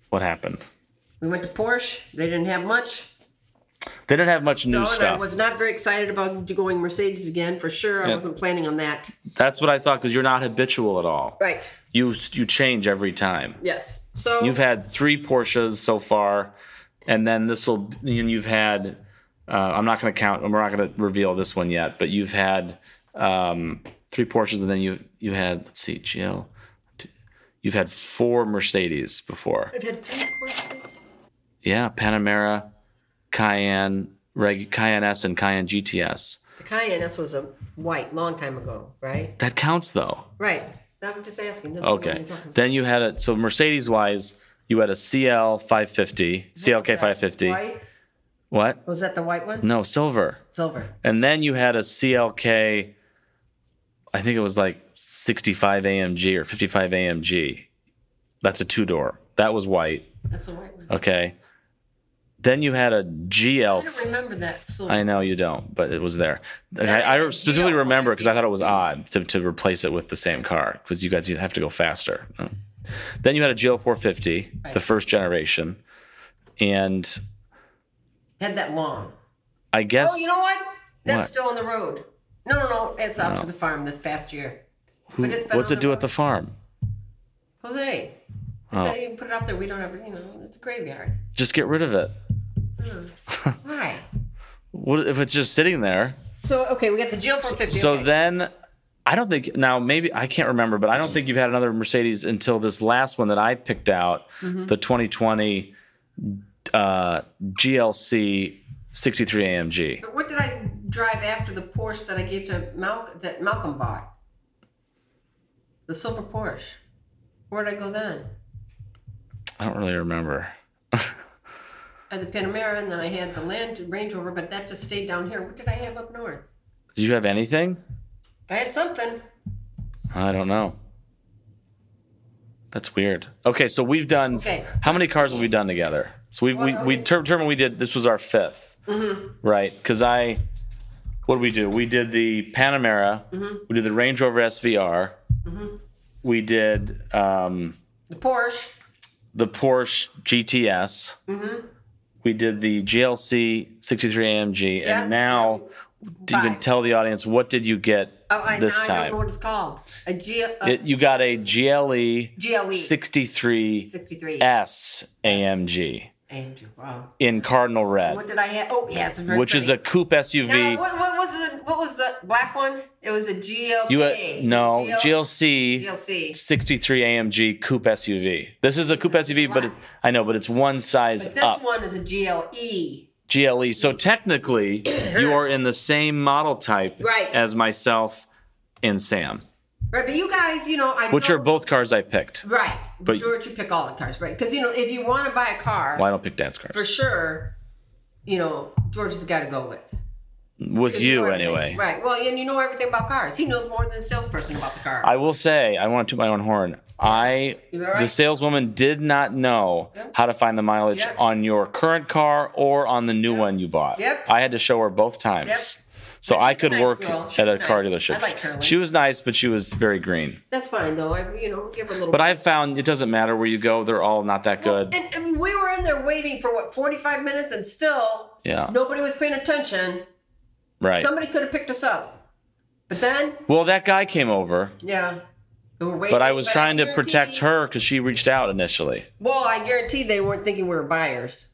Speaker 2: what happened?
Speaker 3: we went to Porsche. They didn't have much.
Speaker 2: They didn't have much new
Speaker 3: No, and I
Speaker 2: stuff.
Speaker 3: was not very excited about going Mercedes again for sure. I
Speaker 2: Yeah.
Speaker 3: wasn't planning on that.
Speaker 2: That's what I thought because you're not habitual at all.
Speaker 3: Right.
Speaker 2: You you change every time.
Speaker 3: Yes. So
Speaker 2: You've had three Porsches so far, and then this will. And you've had. Uh, I'm not going to count. and We're not going to reveal this one yet. But you've had um, three Porsches, and then you you had. Let's see, GL. You've had four Mercedes before.
Speaker 3: I've had three horses.
Speaker 2: Yeah, Panamera, Cayenne, Reg, Cayenne S, and Cayenne GTS.
Speaker 3: The Cayenne S was a white long time ago, right?
Speaker 2: That counts though.
Speaker 3: Right. I'm just asking. This is what
Speaker 2: Okay.
Speaker 3: I'm talking about.
Speaker 2: Then you had a so Mercedes wise, you had a CL 550, CLK 550.
Speaker 3: White?
Speaker 2: What?
Speaker 3: Was that the white one?
Speaker 2: No, silver.
Speaker 3: Silver.
Speaker 2: And then you had a CLK. I think it was like 65 AMG or 55 AMG. That's a two door. That was white.
Speaker 3: That's the white
Speaker 2: Uh,
Speaker 3: one.
Speaker 2: Okay. Then you had a GL.
Speaker 3: I don't remember that silver.
Speaker 2: I know you don't, but it was there. Like,
Speaker 3: That
Speaker 2: I, I
Speaker 3: is- you
Speaker 2: specifically
Speaker 3: don't
Speaker 2: remember
Speaker 3: want
Speaker 2: because I thought it was odd to, to replace it with the same car because you guys you have to go faster. Then you had a GL450, the
Speaker 3: Right.
Speaker 2: first generation, and
Speaker 3: had that long.
Speaker 2: I guess
Speaker 3: Oh, you know what? That's
Speaker 2: What?
Speaker 3: still on the road. No, no, no. It's out to the farm this past year.
Speaker 2: who-
Speaker 3: but it's been
Speaker 2: what's
Speaker 3: on
Speaker 2: it
Speaker 3: the
Speaker 2: do
Speaker 3: road.
Speaker 2: at the farm?
Speaker 3: Jose.
Speaker 2: Oh.
Speaker 3: It's, you put it out there. We don't ever, you know, it's a graveyard.
Speaker 2: Just get rid of it.
Speaker 3: Why?
Speaker 2: What if it's just sitting there?
Speaker 3: So, okay, we got the GL 450.
Speaker 2: So
Speaker 3: okay.
Speaker 2: then I don't think now maybe I can't remember, but I don't think you've had another Mercedes until this last one that I picked out, the 2020 uh, GLC 63 AMG.
Speaker 3: What did I drive after the Porsche that I gave to Malcolm that Malcolm bought? The silver Porsche. Where did I go then?
Speaker 2: I don't really remember.
Speaker 3: I had the Panamera, and then I had the Land Range Rover, but that just stayed down here. What did I have up north?
Speaker 2: Did you have anything?
Speaker 3: I had something.
Speaker 2: I don't know. That's weird. Okay, so we've done
Speaker 3: Okay.
Speaker 2: how many cars have we done together? So we've, we
Speaker 3: Well, Mm-hmm.
Speaker 2: we
Speaker 3: okay.
Speaker 2: ter- determined we did this was our 5th right? Because I, what did we do? We did the Panamera,
Speaker 3: Mm-hmm.
Speaker 2: we did the Range Rover SVR, we did um,
Speaker 3: The Porsche.
Speaker 2: the Porsche GTS,
Speaker 3: Mm-hmm.
Speaker 2: we did the GLC 63 AMG,
Speaker 3: Yeah.
Speaker 2: and now you can
Speaker 3: Five.
Speaker 2: tell the audience what did you get
Speaker 3: Oh, I,
Speaker 2: this
Speaker 3: now I don't
Speaker 2: time?
Speaker 3: know what it's called. A G, a E,
Speaker 2: It- you got a E GLE
Speaker 3: GLE
Speaker 2: 63
Speaker 3: 63.
Speaker 2: S AMG
Speaker 3: Andrew, wow.
Speaker 2: in cardinal
Speaker 3: What
Speaker 2: red,
Speaker 3: did I have? Oh, yeah, it's very
Speaker 2: which is a
Speaker 3: pretty.
Speaker 2: coupe SUV.
Speaker 3: Now, what, what was the what was the black one? It was a GLK.
Speaker 2: you uh, no
Speaker 3: GL,
Speaker 2: GLC
Speaker 3: GLC.
Speaker 2: 63 AMG coupe SUV. This is a coupe SUV, but it, I know, but it's one size
Speaker 3: But this
Speaker 2: up.
Speaker 3: one is a E, GLE.
Speaker 2: GLE. So technically, you are in the same model type
Speaker 3: Right.
Speaker 2: as myself and Sam,
Speaker 3: Right, but you guys, you know, I
Speaker 2: which are
Speaker 3: don't-
Speaker 2: both cars I picked.
Speaker 3: right.
Speaker 2: but-
Speaker 3: George, you pick all the cars, right? Because you know, if you want to buy a car
Speaker 2: Well, I don't pick dance cars
Speaker 3: for sure, you know, George has got to go with.
Speaker 2: with
Speaker 3: 'Cause
Speaker 2: you
Speaker 3: know everything.
Speaker 2: anyway.
Speaker 3: Right. Well, and you know everything about cars. He knows more than the salesperson about the car.
Speaker 2: I will say, I want to toot my own horn. I,
Speaker 3: You all right?
Speaker 2: the saleswoman, did not know how to find the mileage
Speaker 3: Yep.
Speaker 2: on your current car or on the new one you bought.
Speaker 3: Yep.
Speaker 2: I had to show her both times.
Speaker 3: Yep.
Speaker 2: So
Speaker 3: But
Speaker 2: I
Speaker 3: she's a
Speaker 2: could
Speaker 3: nice
Speaker 2: work
Speaker 3: girl. She
Speaker 2: at a
Speaker 3: was
Speaker 2: car
Speaker 3: nice.
Speaker 2: dealership.
Speaker 3: I like Carolyn.
Speaker 2: she was nice, but she was very green.
Speaker 3: That's fine though. I, you know, give her a little.
Speaker 2: But I've found it doesn't matter where you go; they're all not that good.
Speaker 3: And, and we were in there waiting for what 45 minutes, and still
Speaker 2: yeah,
Speaker 3: nobody was paying attention.
Speaker 2: right.
Speaker 3: Somebody could have picked us up, but then
Speaker 2: well, that guy came over,
Speaker 3: yeah, we were waiting.
Speaker 2: but I was trying to protect
Speaker 3: guarantee-
Speaker 2: her because she reached out initially.
Speaker 3: Well, I guarantee they weren't thinking we were buyers.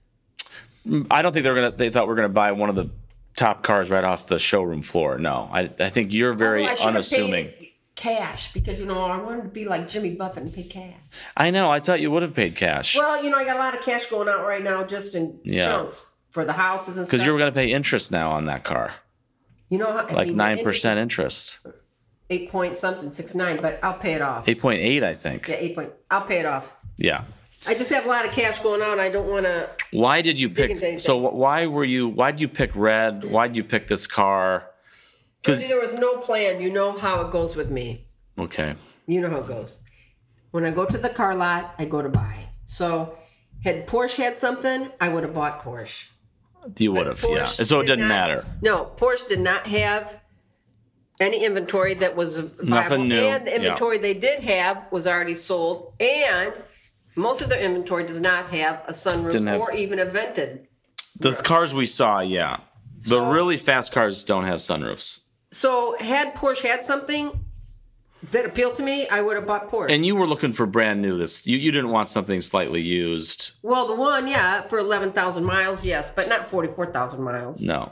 Speaker 2: I don't think they were gonna. They thought we are gonna buy one of the top cars right off the showroom floor. No, I, I think you're very
Speaker 3: Well, Oh, I should have
Speaker 2: unassuming.
Speaker 3: paid Cash, because you know I wanted to be like Jimmy Buffett and pay cash.
Speaker 2: I know. I thought you would have paid cash
Speaker 3: Well, you know I got a lot of cash going out right now, just in
Speaker 2: Yeah.
Speaker 3: chunks for the houses and stuff.
Speaker 2: because you were going to pay interest now on that car,
Speaker 3: you know, how- I
Speaker 2: like
Speaker 3: mean, the
Speaker 2: nine percent interest,
Speaker 3: interest is eight point something, six nine. But I'll pay it off.
Speaker 2: eight point eight, I think.
Speaker 3: Yeah, eight point. I'll pay it off.
Speaker 2: Yeah.
Speaker 3: I just have a lot of cash going on. I don't want to.
Speaker 2: Why did you
Speaker 3: into anything.
Speaker 2: pick? So wh- why were you? Why did you pick red? Why did you pick this car? Because
Speaker 3: There was no plan. You know how it goes with me.
Speaker 2: okay,
Speaker 3: You know how it goes. When I go to the car lot, I go to buy. So, had Porsche had something, I would have bought Porsche.
Speaker 2: you would have. Yeah.
Speaker 3: Porsche
Speaker 2: So it
Speaker 3: did
Speaker 2: didn't
Speaker 3: not-
Speaker 2: matter.
Speaker 3: No, Porsche did not have any inventory that was viable.
Speaker 2: Nothing new,
Speaker 3: And the
Speaker 2: yeah.
Speaker 3: inventory they did have was already sold. And most of their inventory does not have a sunroof
Speaker 2: Didn't have-
Speaker 3: or even a vented.
Speaker 2: The cars we saw, yeah. The
Speaker 3: So-
Speaker 2: really fast cars don't have sunroofs.
Speaker 3: So, had Porsche had something, that appealed to me, I would have bought Porsche.
Speaker 2: And you were looking for brand new. This you, you didn't want something slightly used.
Speaker 3: well, the one, yeah, for 11,000 miles, yes, but not 44,000 miles.
Speaker 2: No.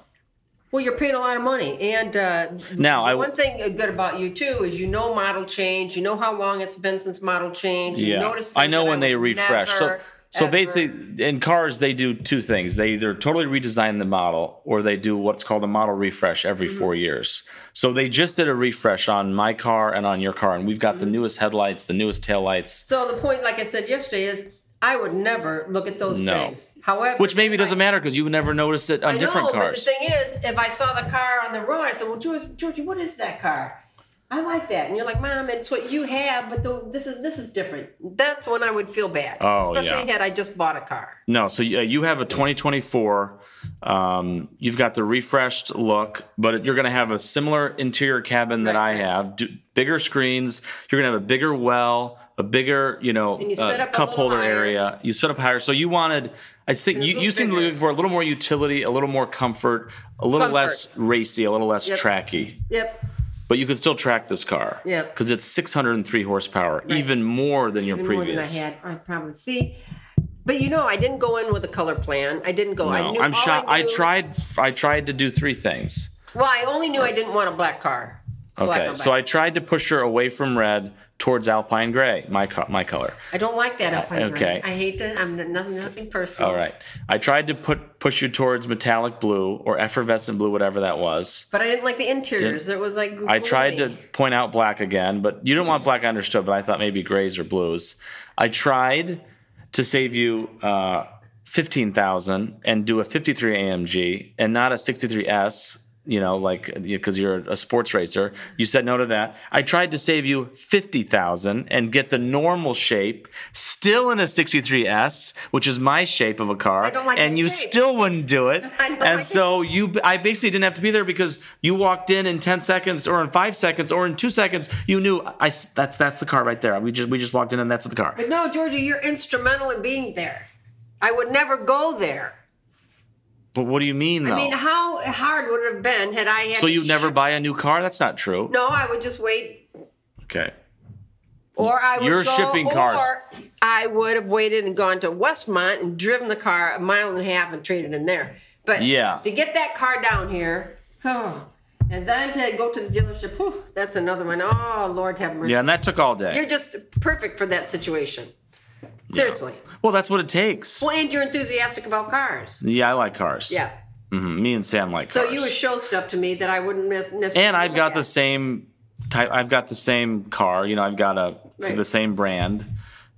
Speaker 3: Well, you're paying a lot of money. And uh,
Speaker 2: Now
Speaker 3: the
Speaker 2: I
Speaker 3: one thing good about you, too, is you know model change. You know how long it's been since model change. You
Speaker 2: yeah.
Speaker 3: notice
Speaker 2: I know
Speaker 3: things
Speaker 2: when
Speaker 3: that
Speaker 2: they
Speaker 3: would
Speaker 2: refresh.
Speaker 3: never,
Speaker 2: so so
Speaker 3: ever-
Speaker 2: basically in cars they do two things. They either totally redesign the model or they do what's called a model refresh every
Speaker 3: Mm-hmm.
Speaker 2: 4 years. So they just did a refresh on my car and on your car and we've got
Speaker 3: Mm-hmm.
Speaker 2: the newest headlights, the newest taillights.
Speaker 3: So the point, like I said yesterday, is I would never look at those
Speaker 2: No.
Speaker 3: things. However,
Speaker 2: Which maybe doesn't matter because you would never notice it on
Speaker 3: I
Speaker 2: different
Speaker 3: know,
Speaker 2: cars.
Speaker 3: But the thing is, if I saw the car on the road, I said, "Well, George, Georgie, what is that car? I like that." And you're like, "Mom, it's what you have, but the, this is this is different." That's when I would feel bad,
Speaker 2: Oh,
Speaker 3: especially
Speaker 2: yeah.
Speaker 3: had I just bought a car.
Speaker 2: No, so you, you have a 2024. Um, you've got the refreshed look, but you're going to have a similar interior cabin that I
Speaker 3: Right, right.
Speaker 2: have. Do, bigger screens. You're going to have a bigger well, a bigger you know uh,
Speaker 3: And you set up a
Speaker 2: cup
Speaker 3: little
Speaker 2: holder
Speaker 3: higher.
Speaker 2: area. You set up higher. So you wanted. I think you,
Speaker 3: little
Speaker 2: you seem to be
Speaker 3: bigger.
Speaker 2: looking for a little more utility, a little more comfort, a little
Speaker 3: Comfort.
Speaker 2: less racy, a little less
Speaker 3: Yep.
Speaker 2: tracky.
Speaker 3: Yep.
Speaker 2: But you could still track this car.
Speaker 3: Yep.
Speaker 2: Because it's 603 horsepower, even more than your
Speaker 3: even more than I
Speaker 2: previous.
Speaker 3: had. I probably see. But you know, I didn't go in with a color plan. I didn't go. I
Speaker 2: No,
Speaker 3: knew
Speaker 2: I'm
Speaker 3: all
Speaker 2: shocked. I
Speaker 3: knew-
Speaker 2: tried. I tried to do three things.
Speaker 3: Well, I only knew I didn't want a black car. Black
Speaker 2: Okay,
Speaker 3: on
Speaker 2: so I
Speaker 3: black.
Speaker 2: tried to push her away from red towards alpine gray, my co- my color.
Speaker 3: I don't like that up my
Speaker 2: Uh, okay.
Speaker 3: I hate it. I'm n- nothing, nothing personal.
Speaker 2: All right, I tried to put push you towards metallic blue or effervescent blue, whatever that was.
Speaker 3: But I didn't like the interiors. it was like
Speaker 2: I tried to
Speaker 3: gloomy.
Speaker 2: point out black again, but you didn't want black. I understood, but I thought maybe grays or blues. I tried to save you uh, fifteen thousand and do a fifty-three AMG and not a sixty-three S. You know, like because you're a sports racer, you said no to that. I tried to save you fifty thousand and get the normal shape, still in a sixty-three S, which is my shape of a car,
Speaker 3: I don't like
Speaker 2: and
Speaker 3: that
Speaker 2: you
Speaker 3: shape.
Speaker 2: still wouldn't do it.
Speaker 3: I don't
Speaker 2: And
Speaker 3: like
Speaker 2: so so you, I basically didn't have to be there because you walked in in ten seconds, or in five seconds, or in two seconds. You knew I. s- That's that's the car right there. We just we just walked in and that's the car.
Speaker 3: But no, Georgia, you're instrumental in being there. I would never go there.
Speaker 2: But what do you mean though?
Speaker 3: I mean, how hard would it have been had I had
Speaker 2: so
Speaker 3: to
Speaker 2: you never
Speaker 3: ship-
Speaker 2: buy a new car? That's not true.
Speaker 3: No, I would just wait,
Speaker 2: Okay.
Speaker 3: or I would
Speaker 2: You're
Speaker 3: go,
Speaker 2: shipping cars.
Speaker 3: Or I would have waited and gone to Westmont and driven the car a mile and a half and traded in there. But
Speaker 2: Yeah.
Speaker 3: to get that car down here, oh, and then to go to the dealership, whew, that's another one. Oh, Lord have mercy.
Speaker 2: Yeah, and that took all day.
Speaker 3: You're just perfect for that situation. Seriously.
Speaker 2: well, that's what it takes.
Speaker 3: Well, and you're enthusiastic about cars.
Speaker 2: Yeah, I like cars.
Speaker 3: Yeah.
Speaker 2: Mhm, Me and Sam like
Speaker 3: So
Speaker 2: cars.
Speaker 3: you would show stuff to me that I wouldn't miss- necessarily.
Speaker 2: and I've
Speaker 3: look
Speaker 2: got
Speaker 3: at.
Speaker 2: the same type. I've got the same car. You know, I've got a
Speaker 3: Right.
Speaker 2: the same brand,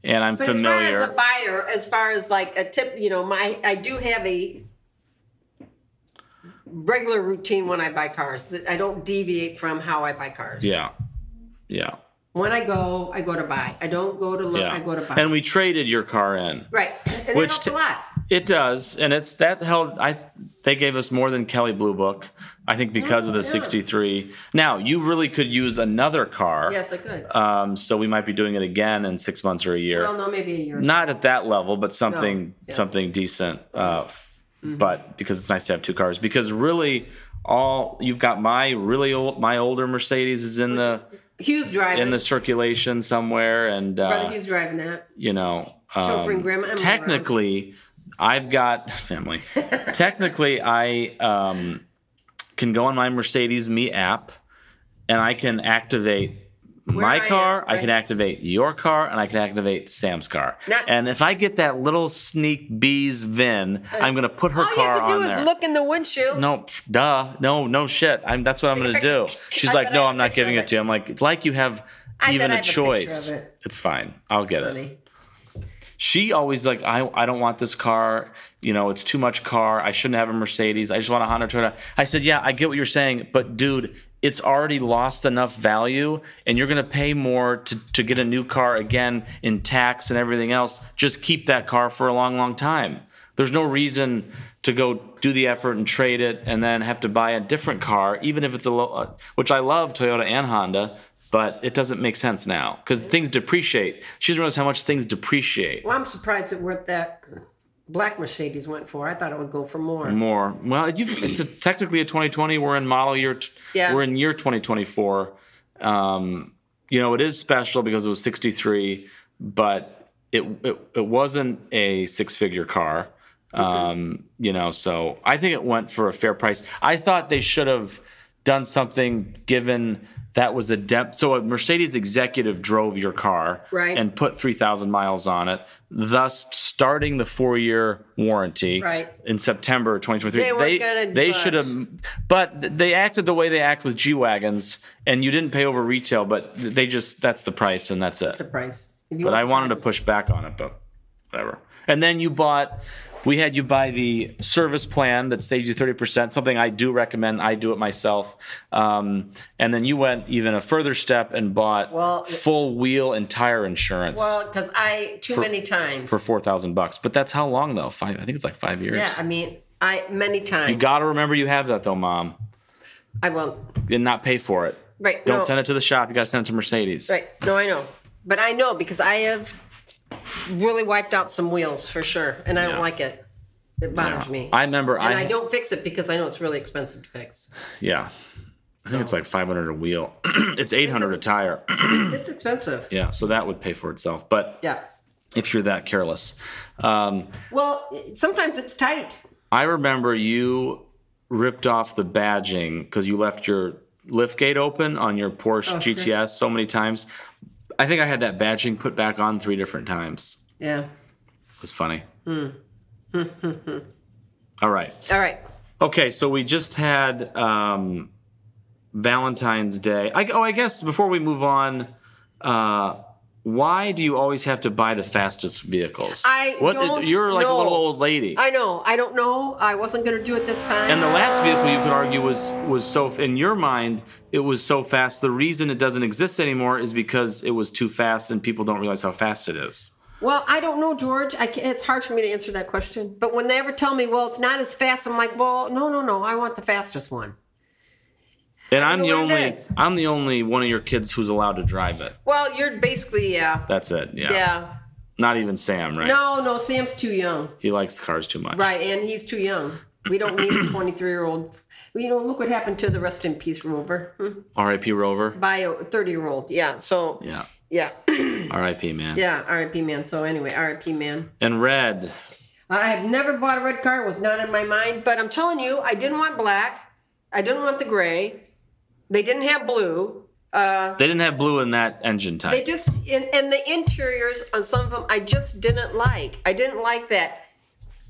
Speaker 2: and I'm
Speaker 3: But
Speaker 2: familiar.
Speaker 3: as far as a buyer, as far as like a tip, you know, my I do have a regular routine when I buy cars. that I don't deviate from how I buy cars.
Speaker 2: yeah. Yeah.
Speaker 3: When I go, I go to buy. I don't go to look.
Speaker 2: Yeah.
Speaker 3: I go to buy.
Speaker 2: And we traded your car in.
Speaker 3: right. And
Speaker 2: Which
Speaker 3: that helps
Speaker 2: t-
Speaker 3: a lot.
Speaker 2: It does, and it's that held. I they gave us more than Kelly Blue Book, I think, because of the
Speaker 3: Oh, yeah.
Speaker 2: '63. Now you really could use another car.
Speaker 3: Yes, I could.
Speaker 2: Um, so we might be doing it again in six months or a year.
Speaker 3: well, no, maybe a year.
Speaker 2: Not at that level, but something
Speaker 3: No, yes. Mm-hmm.
Speaker 2: something decent. Uh, f- But because it's nice to have two cars. Because really, all you've got my really old my older Mercedes is in the
Speaker 3: Hughes driving.
Speaker 2: in the circulation somewhere, and
Speaker 3: brother
Speaker 2: uh,
Speaker 3: Hughes driving that.
Speaker 2: you know. uh,
Speaker 3: Chauffeuring grandma.
Speaker 2: Um,
Speaker 3: and my mom.
Speaker 2: technically i've got family technically i um, can go on my mercedes me app and i can activate my
Speaker 3: I am,
Speaker 2: car i
Speaker 3: right.
Speaker 2: can activate your car and i can activate sam's car
Speaker 3: Not-
Speaker 2: and if i get that little sneak bees vin i'm going to put her
Speaker 3: All you
Speaker 2: car
Speaker 3: have to do
Speaker 2: on
Speaker 3: is
Speaker 2: there
Speaker 3: look in the windshield.
Speaker 2: no, pff, duh, no, no shit. I'm that's what I'm gonna do. She's
Speaker 3: I
Speaker 2: like,
Speaker 3: bet
Speaker 2: no,
Speaker 3: I have
Speaker 2: I'm
Speaker 3: a
Speaker 2: not
Speaker 3: picture
Speaker 2: giving
Speaker 3: of
Speaker 2: it to you. I'm like, like you have
Speaker 3: I
Speaker 2: even
Speaker 3: bet I
Speaker 2: a
Speaker 3: have a picture of
Speaker 2: choice.
Speaker 3: it.
Speaker 2: It's fine. I'll get it
Speaker 3: Funny.
Speaker 2: she always like I, I don't want this car you know it's too much car i shouldn't have a mercedes i just want a honda toyota i said yeah i get what you're saying but dude it's already lost enough value and you're going to pay more to, to get a new car again in tax and everything else just keep that car for a long long time there's no reason to go do the effort and trade it and then have to buy a different car even if it's a low which i love toyota and honda but it doesn't make sense now because things depreciate. She doesn't realize how much things depreciate.
Speaker 3: Well, I'm surprised at what that black Mercedes went for. I thought it would go for more.
Speaker 2: more. Well, you've, it's a, technically a 2020. We're in model year. t-
Speaker 3: Yeah.
Speaker 2: We're in year 2024. Um, you know, it is special because it was 63, but it it, it wasn't a six figure car. Um, you know, so I think it went for a fair price. I thought they should have done something given that was a depth. So a Mercedes executive drove your car
Speaker 3: Right.
Speaker 2: and put 3,000 miles on it, thus starting the four year warranty
Speaker 3: Right.
Speaker 2: in September 2023.
Speaker 3: They weren't gonna
Speaker 2: they
Speaker 3: budge.
Speaker 2: should have but they acted the way they act with G wagons, and you didn't pay over retail, but they just that's the price and that's it.
Speaker 3: It's a price. If you
Speaker 2: But
Speaker 3: want-
Speaker 2: I wanted to push back on it, but whatever. And then you bought. We had you buy the service plan that saves you thirty percent. Something I do recommend. I do it myself. Um, and then you went even a further step and bought
Speaker 3: Well-
Speaker 2: full wheel and tire insurance
Speaker 3: Well, because I too many times.
Speaker 2: for four thousand bucks. But that's how long though? Five. I think it's like five years.
Speaker 3: yeah, I mean, I many times.
Speaker 2: you got to remember you have that though, mom,
Speaker 3: I won't.
Speaker 2: and not pay for it.
Speaker 3: Right.
Speaker 2: Don't
Speaker 3: no,
Speaker 2: send it to the shop. You got to send it to Mercedes.
Speaker 3: Right. No, I know. But I know because I have really wiped out some wheels for sure, and I
Speaker 2: Yeah.
Speaker 3: don't like it. It bothers me.
Speaker 2: I remember.
Speaker 3: and
Speaker 2: I,
Speaker 3: I don't fix it because I know it's really expensive to fix.
Speaker 2: Yeah. I think it's like 500 a wheel. it's 800 a tire.
Speaker 3: It's expensive.
Speaker 2: yeah. So that would pay for itself. But
Speaker 3: Yeah.
Speaker 2: if you're that careless, um,
Speaker 3: Well, sometimes it's tight.
Speaker 2: I remember you ripped off the badging because you left your lift gate open on your
Speaker 3: Oh,
Speaker 2: Porsche GTS so many times. I think I had that badging put back on three different times.
Speaker 3: Yeah.
Speaker 2: It was funny.
Speaker 3: Hmm.
Speaker 2: All right.
Speaker 3: All right.
Speaker 2: Okay, so we just had um, Valentine's Day. I, oh, I guess before we move on, uh, why do you always have to buy the fastest vehicles?
Speaker 3: I don't
Speaker 2: you're like a little
Speaker 3: know.
Speaker 2: old lady.
Speaker 3: I know. I don't know. I wasn't going to do it this time.
Speaker 2: and the last vehicle you could argue was was so in your mind it was so fast. The reason it doesn't exist anymore is because it was too fast and people don't realize how fast it is.
Speaker 3: Well, I don't know, George. I can it's hard for me to answer that question. But when they ever tell me, well, it's not as fast, I'm like, well, no, no, no. I want the fastest one.
Speaker 2: And I'm
Speaker 3: know
Speaker 2: the
Speaker 3: what it
Speaker 2: only
Speaker 3: is.
Speaker 2: I'm the only one of your kids who's allowed to drive it.
Speaker 3: Well, you're basically, yeah.
Speaker 2: That's it. Yeah.
Speaker 3: Yeah.
Speaker 2: Not even Sam, right?
Speaker 3: No, no, Sam's too young.
Speaker 2: He likes cars too much.
Speaker 3: Right. And he's too young. We don't need a 23 year old. You know, look what happened to the rest in peace rover hmm,
Speaker 2: R.I.P. Rover.
Speaker 3: by a 30 year old. Yeah. So,
Speaker 2: Yeah.
Speaker 3: yeah.
Speaker 2: R.I.P. Man.
Speaker 3: Yeah. RIP man. So, anyway, RIP man.
Speaker 2: And red.
Speaker 3: I have never bought a red car. It was not in my mind. But I'm telling you, I didn't want black. I didn't want the gray. They didn't have blue. Uh,
Speaker 2: They didn't have blue in that engine type.
Speaker 3: they just and, and the interiors on some of them I just didn't like. I didn't like that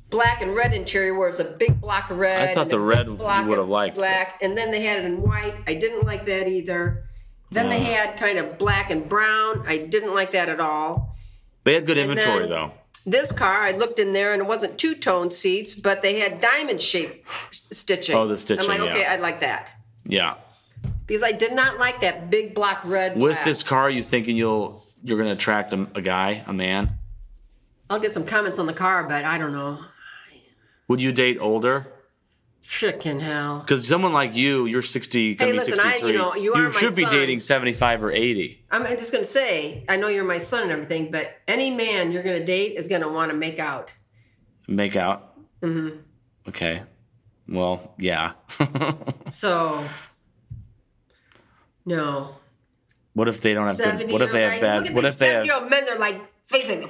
Speaker 3: black and red interior where it was a big block of red.
Speaker 2: I thought
Speaker 3: and
Speaker 2: the
Speaker 3: a
Speaker 2: red
Speaker 3: big
Speaker 2: you
Speaker 3: block
Speaker 2: would have
Speaker 3: of
Speaker 2: liked.
Speaker 3: black, and then they had it in white. I didn't like that either. Then they had kind of black and brown. I didn't like that at all.
Speaker 2: They had good inventory
Speaker 3: then-
Speaker 2: though.
Speaker 3: This car, I looked in there and it wasn't two tone seats, but they had diamond shaped stitching.
Speaker 2: Oh, the stitching,
Speaker 3: I'm like, okay,
Speaker 2: yeah.
Speaker 3: I'd like that.
Speaker 2: Yeah.
Speaker 3: Because I did not like that big block red.
Speaker 2: With
Speaker 3: black.
Speaker 2: this car, you thinking you'll you're gonna attract a, a guy, a man?
Speaker 3: I'll get some comments on the car, but I don't know.
Speaker 2: Would you date older?
Speaker 3: Frickin' hell.
Speaker 2: Because someone like you, you're 60, gonna
Speaker 3: Hey,
Speaker 2: be
Speaker 3: listen, I-
Speaker 2: 63.
Speaker 3: you know, you are my
Speaker 2: should be
Speaker 3: son.
Speaker 2: dating 75 or 80.
Speaker 3: I'm I'm just going to say, I know you're my son and everything, but any man you're going to date is going to want to make out.
Speaker 2: Make out. Mm-hmm. Okay. Well, yeah.
Speaker 3: So, no.
Speaker 2: what if they don't have good?
Speaker 3: 70
Speaker 2: What if they have
Speaker 3: year old guy-
Speaker 2: bad?
Speaker 3: Look
Speaker 2: What
Speaker 3: at
Speaker 2: if
Speaker 3: these
Speaker 2: they have?
Speaker 3: 70 year old men, they're like, facing.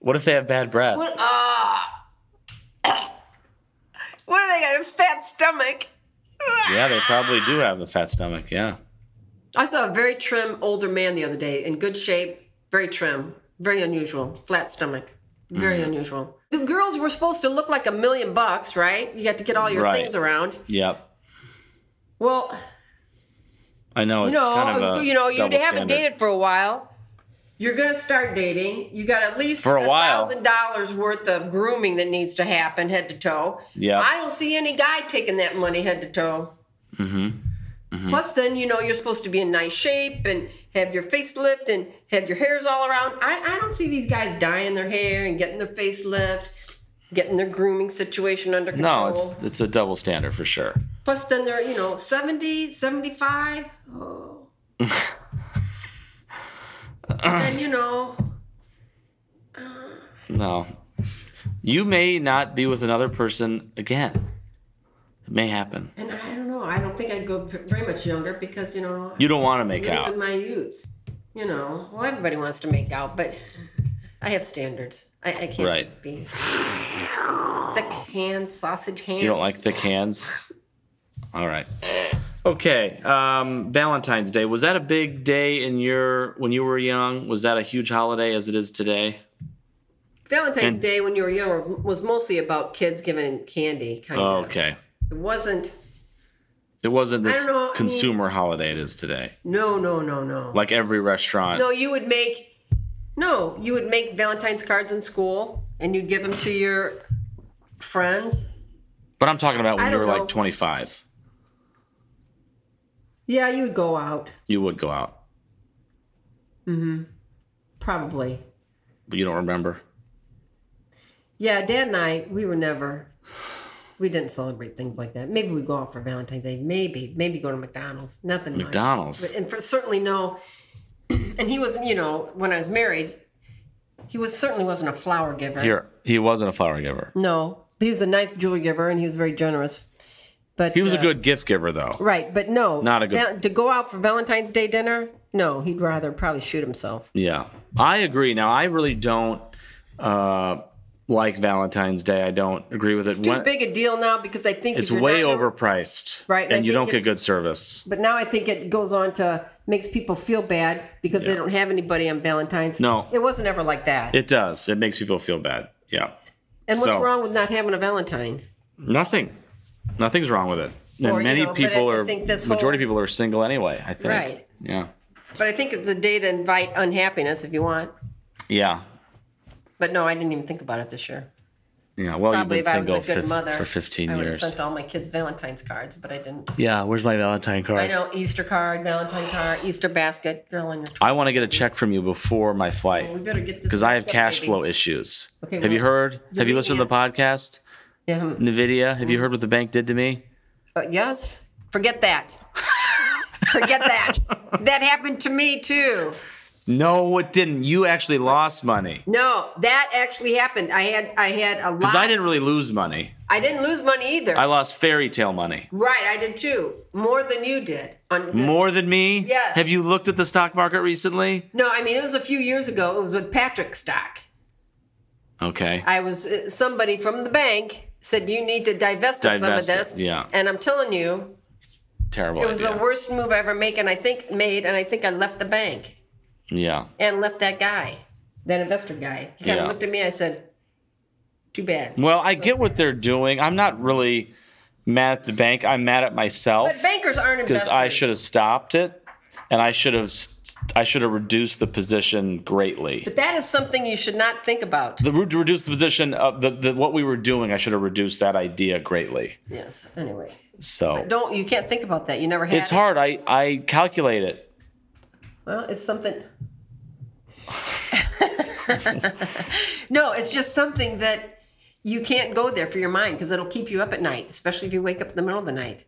Speaker 2: What if they have bad breath?
Speaker 3: What? Ah. what do they got? A fat stomach.
Speaker 2: Yeah, they probably do have a fat stomach. Yeah.
Speaker 3: I saw a very trim older man the other day in good shape, very trim, very unusual, flat stomach, very
Speaker 2: Mm-hmm.
Speaker 3: unusual. The girls were supposed to look like a million bucks, right? You had to get all your
Speaker 2: Right.
Speaker 3: things around.
Speaker 2: Yep.
Speaker 3: Well,
Speaker 2: I know
Speaker 3: you
Speaker 2: it's
Speaker 3: know,
Speaker 2: kind of a
Speaker 3: you know, you
Speaker 2: double
Speaker 3: haven't
Speaker 2: standard.
Speaker 3: dated for a while. You're gonna start dating. You got at least
Speaker 2: For a while.
Speaker 3: thousand dollars worth of grooming that needs to happen head to toe.
Speaker 2: Yeah.
Speaker 3: I don't see any guy taking that money head to toe. Mm-hmm. Plus, then you know you're supposed to be in nice shape and have your facelift and have your hairs all around. I, I don't see these guys dyeing their hair and getting their facelift, getting their grooming situation under control.
Speaker 2: No, it's it's a double standard for sure.
Speaker 3: Plus, then they're, you know, 70, 75. Oh. and, you know,
Speaker 2: No. You may not be with another person again. It may happen.
Speaker 3: and I don't know. I don't think I'd go v- very much younger because, you know,
Speaker 2: You don't want to make
Speaker 3: I was in
Speaker 2: out.
Speaker 3: my youth. you know, well, everybody wants to make out, but I have standards. I, I can't
Speaker 2: Right.
Speaker 3: just be thick hands, sausage hands.
Speaker 2: You don't like thick hands? All right. Okay. Um, Valentine's Day. Was that a big day in your when you were young? Was that a huge holiday as it is today?
Speaker 3: Valentine's
Speaker 2: And-
Speaker 3: Day when you were younger was mostly about kids giving candy, kind
Speaker 2: Oh,
Speaker 3: of.
Speaker 2: okay.
Speaker 3: It wasn't.
Speaker 2: It wasn't
Speaker 3: I
Speaker 2: this
Speaker 3: don't know, I mean-
Speaker 2: consumer holiday it is today.
Speaker 3: No, no, no, no.
Speaker 2: Like every restaurant.
Speaker 3: No, you would make. No, you would make Valentine's cards in school, and you'd give them to your friends.
Speaker 2: But I'm talking about when
Speaker 3: I
Speaker 2: you were
Speaker 3: don't know.
Speaker 2: like 25.
Speaker 3: Yeah, you would go out
Speaker 2: You would go out,
Speaker 3: probably.
Speaker 2: but you don't remember.
Speaker 3: Yeah, Dad and I, we were never. We didn't celebrate things like that. Maybe we go out for Valentine's Day. Maybe, maybe go to McDonald's. Nothing. much.
Speaker 2: McDonald's.
Speaker 3: and for certainly no and he wasn't you know when i was married he was certainly wasn't a flower giver
Speaker 2: Here, he wasn't a flower giver.
Speaker 3: no but he was a nice jewelry giver and he was very generous but
Speaker 2: He was
Speaker 3: uh,
Speaker 2: a good gift giver though.
Speaker 3: right but no
Speaker 2: Not a good-
Speaker 3: Val- to go out for valentine's day dinner no he'd rather probably shoot himself
Speaker 2: Yeah, I agree. Now I really don't uh, like Valentine's Day. I don't agree with it.
Speaker 3: it's too big a deal now because i think if
Speaker 2: it's
Speaker 3: you're
Speaker 2: way
Speaker 3: not-
Speaker 2: overpriced,
Speaker 3: Right, and I
Speaker 2: And you
Speaker 3: think
Speaker 2: don't get good
Speaker 3: it's-
Speaker 2: service.
Speaker 3: but now i think it goes on to makes people feel bad because they don't have anybody on valentine's
Speaker 2: No.
Speaker 3: it wasn't ever like that
Speaker 2: It does. It makes people feel bad. Yeah,
Speaker 3: and what's
Speaker 2: so-
Speaker 3: wrong with not having a valentine
Speaker 2: nothing. Nothing's wrong with it. And
Speaker 3: Or, you
Speaker 2: many
Speaker 3: know, but I-
Speaker 2: people
Speaker 3: I
Speaker 2: are
Speaker 3: think this
Speaker 2: majority of
Speaker 3: whole-
Speaker 2: people are single anyway. I think.
Speaker 3: Right.
Speaker 2: Yeah.
Speaker 3: but i think it's a day to invite unhappiness if you want
Speaker 2: Yeah.
Speaker 3: But no, I didn't even think about it this year.
Speaker 2: Yeah. Well,
Speaker 3: Probably
Speaker 2: you've
Speaker 3: if
Speaker 2: been
Speaker 3: I
Speaker 2: single
Speaker 3: was a good
Speaker 2: fif-
Speaker 3: mother
Speaker 2: for 15
Speaker 3: I would have
Speaker 2: years.
Speaker 3: sent all my kids Valentine's cards, but I didn't.
Speaker 2: Yeah. Where's my Valentine card?
Speaker 3: I know Easter card, Valentine card, Easter basket, girl in your.
Speaker 2: I want to get a check from you before my flight.
Speaker 3: We better get this
Speaker 2: because I have
Speaker 3: wrapped up,
Speaker 2: cash
Speaker 3: baby.
Speaker 2: flow issues.
Speaker 3: Okay,
Speaker 2: have you
Speaker 3: well,
Speaker 2: heard?
Speaker 3: you
Speaker 2: Have you
Speaker 3: need
Speaker 2: listened to the
Speaker 3: to-
Speaker 2: podcast?
Speaker 3: Yeah, hmm.
Speaker 2: Nvidia. Have you heard what the bank did to me?
Speaker 3: Uh, yes. Forget that. Forget that. That happened to me too.
Speaker 2: No, it didn't. You actually lost money
Speaker 3: No, that actually happened. I had I had a lot.
Speaker 2: because I didn't really lose money.
Speaker 3: I didn't lose money either.
Speaker 2: I lost fairy tale money
Speaker 3: right, I did too. More than you did. On
Speaker 2: more than me.
Speaker 3: Yes.
Speaker 2: Have you looked at the stock market recently?
Speaker 3: No, I mean it was a few years ago. It was with Patrick stock.
Speaker 2: Okay.
Speaker 3: I was uh, somebody from the bank said you need to divest of some of
Speaker 2: Divest it,
Speaker 3: this.
Speaker 2: yeah.
Speaker 3: And I'm telling you,
Speaker 2: Terrible.
Speaker 3: it was
Speaker 2: idea.
Speaker 3: the worst move I ever make, and I think made, and I think I left the bank
Speaker 2: Yeah.
Speaker 3: and left that guy, that investor guy. He kind
Speaker 2: Yeah.
Speaker 3: of looked at me. I said, "Too bad."
Speaker 2: Well, I get what they're doing. I'm not really mad at the bank. I'm mad at myself.
Speaker 3: but bankers aren't investors.
Speaker 2: because I should have stopped it, and I should have st- I should have reduced the position greatly.
Speaker 3: But that is something you should not think about.
Speaker 2: The to reduce the position of the, the what we were doing, I should have reduced that idea greatly.
Speaker 3: Yes. Anyway,
Speaker 2: So
Speaker 3: don't you can't think about that. You never had.
Speaker 2: it's
Speaker 3: it.
Speaker 2: hard. I I calculate it.
Speaker 3: Well, it's something. no, it's just something that you can't go there for your mind because it'll keep you up at night, especially if you wake up in the middle of the night.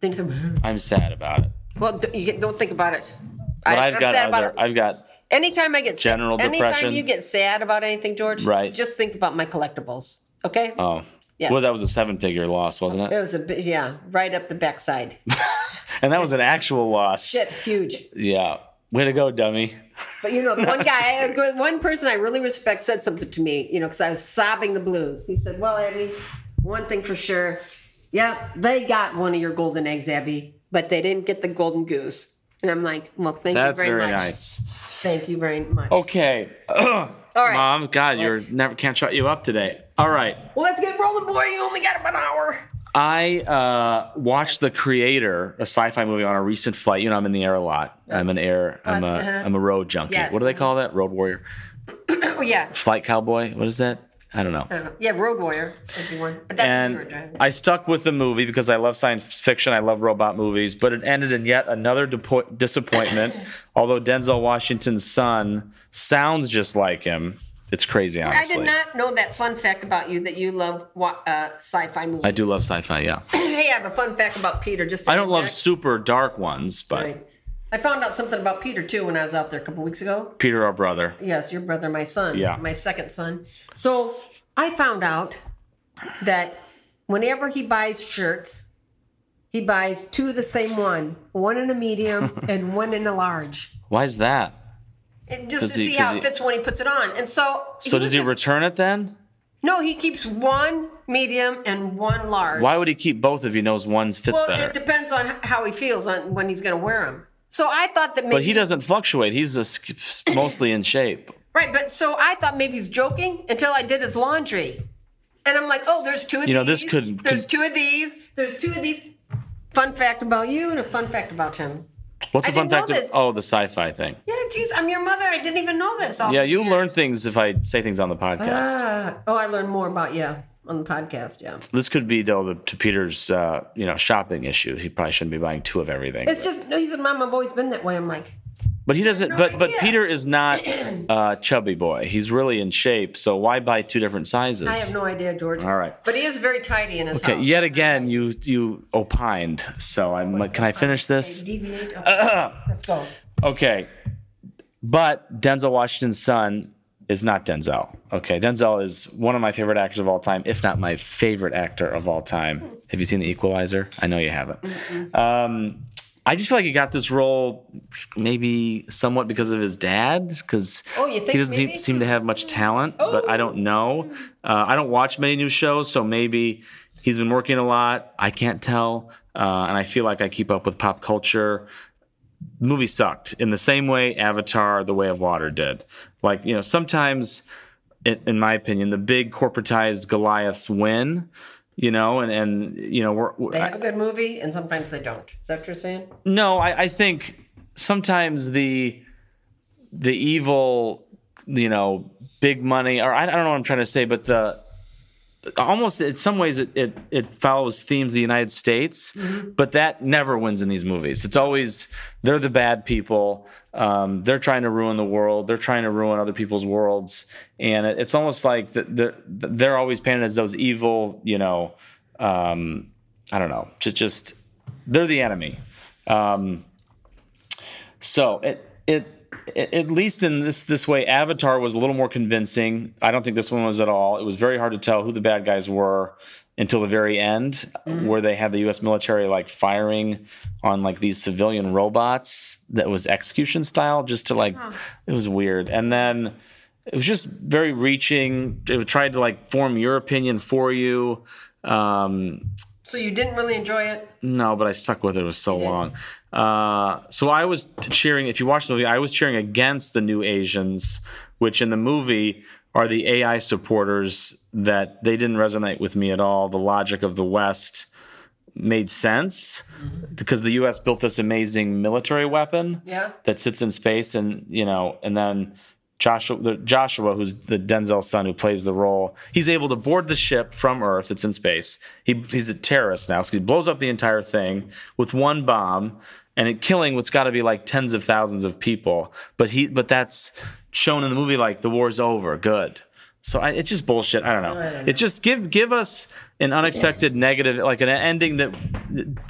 Speaker 3: Then you think,
Speaker 2: I'm sad about it,
Speaker 3: well, d- you get, don't think about it.
Speaker 2: but I,
Speaker 3: I'm
Speaker 2: have got
Speaker 3: sad
Speaker 2: other.
Speaker 3: about it.
Speaker 2: I've got
Speaker 3: anytime I get sa-
Speaker 2: General depression.
Speaker 3: Anytime you get sad about anything, George,
Speaker 2: Right.
Speaker 3: Just think about my collectibles. Okay.
Speaker 2: oh.
Speaker 3: Yeah.
Speaker 2: Well, that was a seven-figure loss, wasn't
Speaker 3: it
Speaker 2: it?
Speaker 3: was a bit, yeah, right up the backside.
Speaker 2: And that was an actual loss.
Speaker 3: Shit, huge.
Speaker 2: Yeah. Way to go, dummy.
Speaker 3: But you know, the one guy, one person I really respect said something to me, you know, because I was sobbing the blues. He said, Well, Abby, one thing for sure. Yep, they got one of your golden eggs, Abby, but they didn't get the golden goose. And I'm like, Well, thank
Speaker 2: That's
Speaker 3: you very,
Speaker 2: very
Speaker 3: much.
Speaker 2: nice. Oh.
Speaker 3: Thank you very much.
Speaker 2: Okay.
Speaker 3: All right.
Speaker 2: Mom, God, you're never can't shut you up today. All right.
Speaker 3: Well, let's get rolling, boy. You only got about an hour.
Speaker 2: I uh, watched The Creator, a sci-fi movie, on a recent flight. You know, I'm in the air a lot. I'm an air. I'm a.
Speaker 3: Uh-huh.
Speaker 2: am a road junkie.
Speaker 3: Yes.
Speaker 2: What do they call that? Road warrior,
Speaker 3: Oh, yeah.
Speaker 2: flight cowboy. What is that? I don't know.
Speaker 3: Uh, Yeah, Road Warrior would be one. But that's if you were
Speaker 2: And
Speaker 3: driving.
Speaker 2: I stuck with the movie because I love science fiction. I love robot movies, but it ended in yet another depo- disappointment. Although Denzel Washington's son sounds just like him, it's crazy.
Speaker 3: I
Speaker 2: Honestly,
Speaker 3: did not know that fun fact about you that you love wa- uh, sci-fi movies.
Speaker 2: I do love sci-fi. Yeah,
Speaker 3: hey, I have a fun fact about Peter. Just to
Speaker 2: I don't
Speaker 3: get
Speaker 2: love
Speaker 3: back.
Speaker 2: super dark ones, but
Speaker 3: Right. I found out something about Peter too when I was out there a couple weeks ago.
Speaker 2: Peter, our brother.
Speaker 3: Yes, your brother, my son.
Speaker 2: Yeah.
Speaker 3: My second son. So I found out that whenever he buys shirts, he buys two of the same one one in a medium and one in a large.
Speaker 2: Why is that?
Speaker 3: And just
Speaker 2: Does
Speaker 3: to
Speaker 2: he-
Speaker 3: see
Speaker 2: does
Speaker 3: how
Speaker 2: he-
Speaker 3: it fits when he puts it on. And so,
Speaker 2: So
Speaker 3: was
Speaker 2: does he
Speaker 3: just-
Speaker 2: return it then?
Speaker 3: No, he keeps one medium and one large.
Speaker 2: Why would he keep both if he knows one fits
Speaker 3: Well, it
Speaker 2: better?
Speaker 3: depends on h- how he feels on when he's going to wear them. So I thought that maybe
Speaker 2: but he doesn't fluctuate. He's a, sk- mostly in shape.
Speaker 3: right. But so I thought maybe he's joking until I did his laundry, and I'm like, oh, there's two
Speaker 2: You
Speaker 3: of these.
Speaker 2: know, this could-
Speaker 3: There's
Speaker 2: could-
Speaker 3: two of these. There's two of these. Fun fact about you and a fun fact about him.
Speaker 2: What's
Speaker 3: I
Speaker 2: the fun
Speaker 3: didn't know
Speaker 2: fact of
Speaker 3: this.
Speaker 2: oh the sci-fi thing?
Speaker 3: Yeah, geez, I'm your mother. I didn't even know this. all
Speaker 2: Yeah,
Speaker 3: these
Speaker 2: you
Speaker 3: years.
Speaker 2: learn things if I say things on the podcast.
Speaker 3: Oh, Ah, oh, I learned more about you on the podcast. Yeah.
Speaker 2: This could be though the, to Peter's uh, you know shopping issue. He probably shouldn't be buying two of everything.
Speaker 3: It's just no. He said, "Mom, I've always been that way." I'm like,
Speaker 2: But he doesn't.
Speaker 3: no
Speaker 2: but but
Speaker 3: idea.
Speaker 2: Peter is not a chubby boy. He's really in shape. So why buy two different sizes?
Speaker 3: I have no idea, George.
Speaker 2: All right.
Speaker 3: But he is very tidy in his
Speaker 2: Okay,
Speaker 3: house.
Speaker 2: yet again, you you opined. So I'm like, can I finish this?
Speaker 3: Deviate. Okay. Let's go.
Speaker 2: Okay, but Denzel Washington's son is not Denzel. Okay, Denzel is one of my favorite actors of all time, if not my favorite actor of all time. Have you seen The Equalizer? I know you haven't. Um, I just feel like he got this role maybe somewhat because of his dad, because
Speaker 3: Oh, you think
Speaker 2: he doesn't seem,
Speaker 3: maybe? Oh.
Speaker 2: seem to have much talent, but I don't know. Uh, I don't watch many new shows, so maybe he's been working a lot. I can't tell. Uh, and I feel like I keep up with pop culture. The movie sucked in the same way Avatar, The Way of Water did. Like, you know, sometimes, in, in my opinion, the big corporatized Goliaths win. You know, and and you know, we're,
Speaker 3: They have a good movie, and sometimes they don't. Is that what you're saying?
Speaker 2: no, I, I think sometimes the the evil, you know, big money, or I, I don't know what I'm trying to say, but the almost in some ways it it, it follows themes of the United States, but that never wins in these movies. It's always they're the bad people. Um, they're trying to ruin the world. They're trying to ruin other people's worlds, and it, it's almost like th- they're they're always painted as those evil, you know. Um, I don't know, just just they're the enemy. Um, so it it it- at least in this this way, Avatar was a little more convincing. I don't think this one was at all. It was very hard to tell who the bad guys were until the very end, where they had the U.S. military like firing on like these civilian robots that was execution style, just to like it was weird. And then it was just very reaching. It tried to like form your opinion for you. Um,
Speaker 3: So you didn't really enjoy it?
Speaker 2: no, but I stuck with it. It was so long. Uh, so I was t- cheering. If you watch the movie, I was cheering against the new Asians, which in the movie are the AI supporters that they didn't resonate with me at all. The logic of the West made sense because the U.S. built this amazing military weapon
Speaker 3: Yeah.
Speaker 2: that sits in space, and you know, and then. Joshua, the, Joshua, who's the Denzel son who plays the role, he's able to board the ship from Earth. It's in space. He, he's a terrorist now, so he blows up the entire thing with one bomb, and it killing what's got to be like tens of thousands of people. But he, but that's shown in the movie like the war's over. Good. So I, it's just bullshit. I don't know. It just give give us an unexpected negative, like an ending that,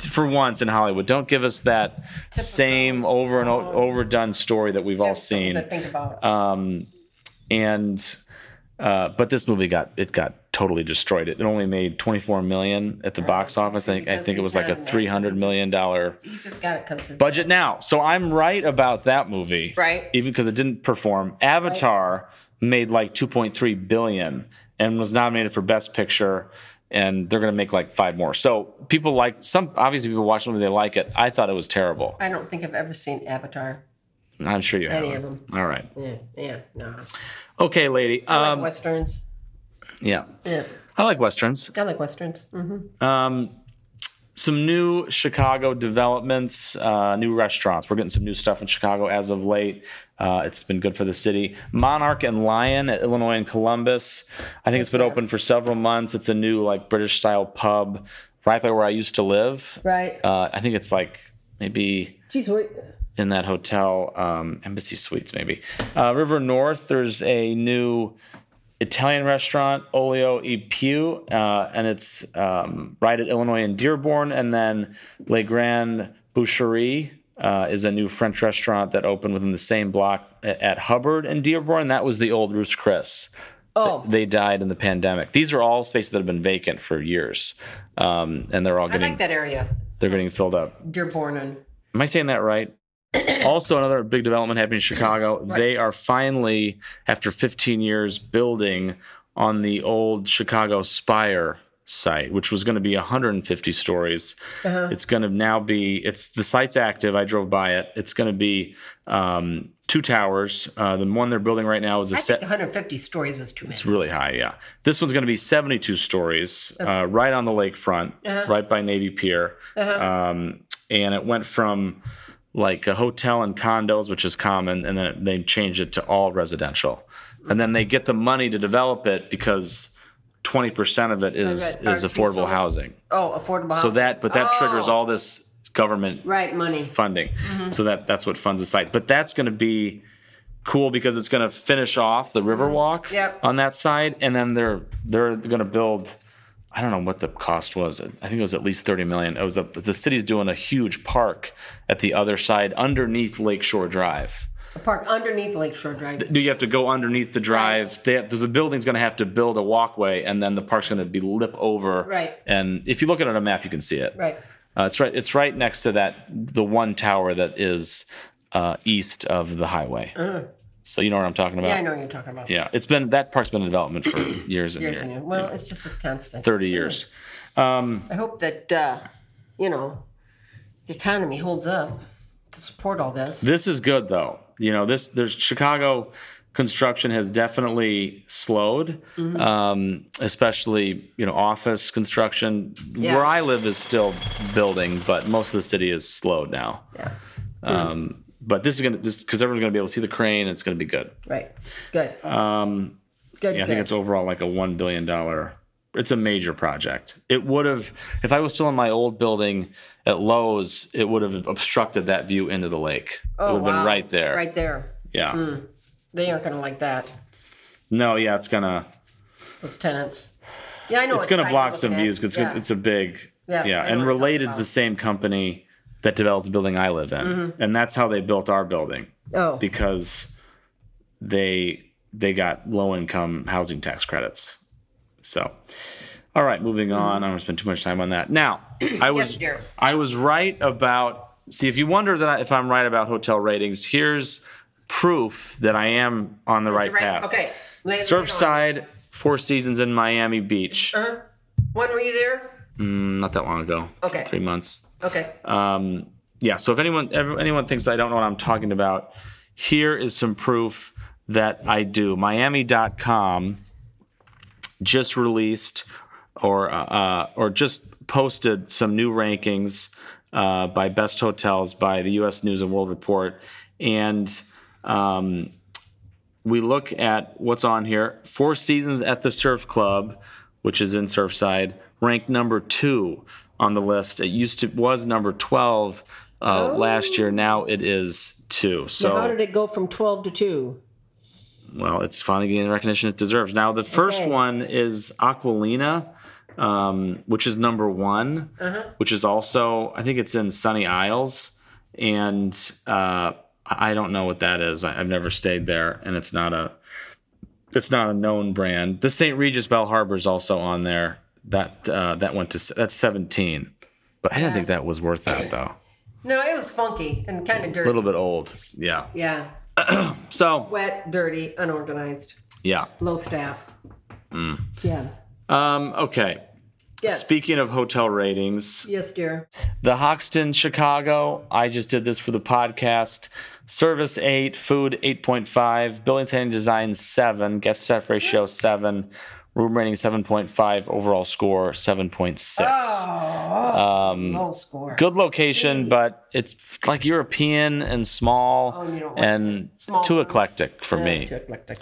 Speaker 2: for once in Hollywood, don't give us that same over and o- overdone story that we've all seen uh,
Speaker 3: To think about.
Speaker 2: and uh, but this movie got it got totally destroyed. It only made 24 million at the box office. I think I think it was like a 300 million dollar
Speaker 3: you just got it because
Speaker 2: budget now. So I'm right about that movie,
Speaker 3: Right.
Speaker 2: Even because it didn't perform. Avatar made like 2.3 billion and was nominated for Best Picture. And they're gonna make like five more. So people like some obviously people watch the movie they like it. I thought it was terrible.
Speaker 3: I don't think I've ever seen Avatar.
Speaker 2: I'm sure you have.
Speaker 3: of them.
Speaker 2: All right.
Speaker 3: Yeah, yeah, no.
Speaker 2: Okay, lady.
Speaker 3: I
Speaker 2: Um,
Speaker 3: like westerns.
Speaker 2: yeah,
Speaker 3: Yeah,
Speaker 2: I like westerns.
Speaker 3: I like westerns. hmm
Speaker 2: some new Chicago developments, uh, new restaurants. We're getting some new stuff in Chicago as of late. Uh, it's been good for the city. Monarch and Lion at Illinois and Columbus. I think it's been open for several months. It's a new like British style pub right by where I used to live.
Speaker 3: Right.
Speaker 2: Uh, I think it's like maybe
Speaker 3: Geez, what?
Speaker 2: in that hotel, um, Embassy Suites, maybe. Uh, River North, there's a new Italian restaurant, Olio e Piu, uh, and it's um, right at Illinois and Dearborn. And then Le Grand Boucherie uh, is a new French restaurant that opened within the same block a- at Hubbard and Dearborn. That was the old Roost Chris.
Speaker 3: Oh.
Speaker 2: They died in the pandemic. These are all spaces that have been vacant for years, um, and they're all
Speaker 3: I
Speaker 2: getting
Speaker 3: like that area,
Speaker 2: they're getting filled up.
Speaker 3: Dearborn. And
Speaker 2: Am I saying that right? also, another big development happening in Chicago. They are finally, after 15 years, building on the old Chicago Spire site, which was going to be 150 stories.
Speaker 3: Uh-huh.
Speaker 2: It's going to now be. It's the site's active. I drove by it. It's going to be um, two towers. Uh, the one they're building right now is a
Speaker 3: I
Speaker 2: set.
Speaker 3: think 150 stories is too many.
Speaker 2: It's really high, yeah. This one's going to be 72 stories, uh, right on the lakefront, right by Navy Pier. Um, and it went from like a hotel and condos, which is common, and then it, they changed it to all residential. And then they get the money to develop it because 20% of it is,
Speaker 3: Right,
Speaker 2: is
Speaker 3: are
Speaker 2: affordable
Speaker 3: sold.
Speaker 2: housing.
Speaker 3: Oh, affordable.
Speaker 2: So that, but that triggers all this government
Speaker 3: Right, money.
Speaker 2: funding. So that that's what funds the site. But that's going to be cool because it's going to finish off the Riverwalk
Speaker 3: Yep.
Speaker 2: on that side, and then they're they're going to build. I don't know what the cost was. I think it was at least thirty million. It was a, the city's doing a huge park at the other side underneath Lakeshore Drive.
Speaker 3: A park underneath Lakeshore Drive.
Speaker 2: Do you have to go underneath the drive? They have, the building's going to have to build a walkway, and then the park's going to be lip over.
Speaker 3: Right.
Speaker 2: And if you look at it on a map, you can see it.
Speaker 3: Right.
Speaker 2: Uh, it's right. It's right next to that the one tower that is uh, east of the highway. So you know what I'm talking about.
Speaker 3: Uh-huh. Yeah, I know what you're talking about.
Speaker 2: Uh, Yeah, it's been that park's been in development for years and years.
Speaker 3: Years and years. Uh-huh. Well, it's just this constant.
Speaker 2: Thirty years.
Speaker 3: I hope that, uh, you know, the economy holds up to support all this.
Speaker 2: This is good though. You know this. There's Chicago construction has definitely slowed,
Speaker 3: Mm-hmm.
Speaker 2: um, especially you know office construction.
Speaker 3: Yeah.
Speaker 2: Where I live is still building, but most of the city is slowed now.
Speaker 3: Yeah.
Speaker 2: But this is gonna just because everyone's gonna be able to see the crane. It's gonna be good.
Speaker 3: Right. Good. Um, good.
Speaker 2: Yeah, I
Speaker 3: good.
Speaker 2: think it's overall like a one billion dollar. It's a major project. It would have, if I was still in my old building at Lowe's, it would have obstructed that view into the lake. it would have been
Speaker 3: Oh, wow.
Speaker 2: right there.
Speaker 3: Right Hmm. there.
Speaker 2: Yeah.
Speaker 3: They aren't going to like that.
Speaker 2: No, yeah, it's gonna
Speaker 3: Those tenants. Yeah, I know.
Speaker 2: it's
Speaker 3: what
Speaker 2: gonna
Speaker 3: side you're
Speaker 2: block some
Speaker 3: looking at.
Speaker 2: views because
Speaker 3: yeah.
Speaker 2: it's a big yeah.
Speaker 3: Yeah, I know
Speaker 2: And
Speaker 3: what you're
Speaker 2: related is
Speaker 3: talking
Speaker 2: the same company that developed the building I live in,
Speaker 3: Mm-hmm.
Speaker 2: and that's how they built our building
Speaker 3: oh,
Speaker 2: because they they got low income housing tax credits. So, all right, moving on. I don't want to spend too much time on that. Now, I was
Speaker 3: dear.
Speaker 2: I was right about. See, if you wonder that I, if I'm right about hotel ratings, here's proof that I am on the right,
Speaker 3: right.
Speaker 2: path.
Speaker 3: Okay. Lay it on.
Speaker 2: Surfside, Four Seasons in Miami Beach.
Speaker 3: Uh-huh. When were you there?
Speaker 2: Not that long ago.
Speaker 3: Okay.
Speaker 2: Three months.
Speaker 3: Okay.
Speaker 2: Oh. yeah so if anyone ever, anyone thinks i don't know what i'm talking about here is some proof that i do miami.com just released or uh, uh, or just posted some new rankings uh, by best hotels by the us news and world report and um, we look at what's on here four seasons at the surf club which is in surfside ranked number two on the list it used to was number 12 uh, last year now it is two so
Speaker 3: Oh. How did it go from 12 to 2?
Speaker 2: well, it's finally getting the recognition it deserves. Now, the first
Speaker 3: Okay.
Speaker 2: one is Aquilina, um, which is number one,
Speaker 3: Uh-huh.
Speaker 2: which is also, I think it's in Sunny Isles. And uh, I I don't know what that is. I, I've never stayed there, and it's not a. It's not a known brand. The St. Regis Bell Harbor is also on there. That uh, that went to s- that's 17, but I didn't think that was worth that though.
Speaker 3: No, it was funky and kind of dirty.
Speaker 2: A little bit old, yeah.
Speaker 3: Yeah.
Speaker 2: So
Speaker 3: Wet, dirty, unorganized,
Speaker 2: yeah.
Speaker 3: low staff.
Speaker 2: Mm.
Speaker 3: Yeah.
Speaker 2: Um, okay.
Speaker 3: Yes.
Speaker 2: Speaking of hotel ratings,
Speaker 3: yes, dear.
Speaker 2: the Hoxton Chicago. I just did this for the podcast. Service eight, food eight point five, building standing design seven, guest staff ratio seven, room rating seven point five, overall score seven point six.
Speaker 3: Oh,
Speaker 2: Hmm.
Speaker 3: low score.
Speaker 2: Good location, but it's like European and small
Speaker 3: Oh, you don't like
Speaker 2: and
Speaker 3: Small
Speaker 2: too
Speaker 3: rooms.
Speaker 2: eclectic for me.
Speaker 3: Too eclectic.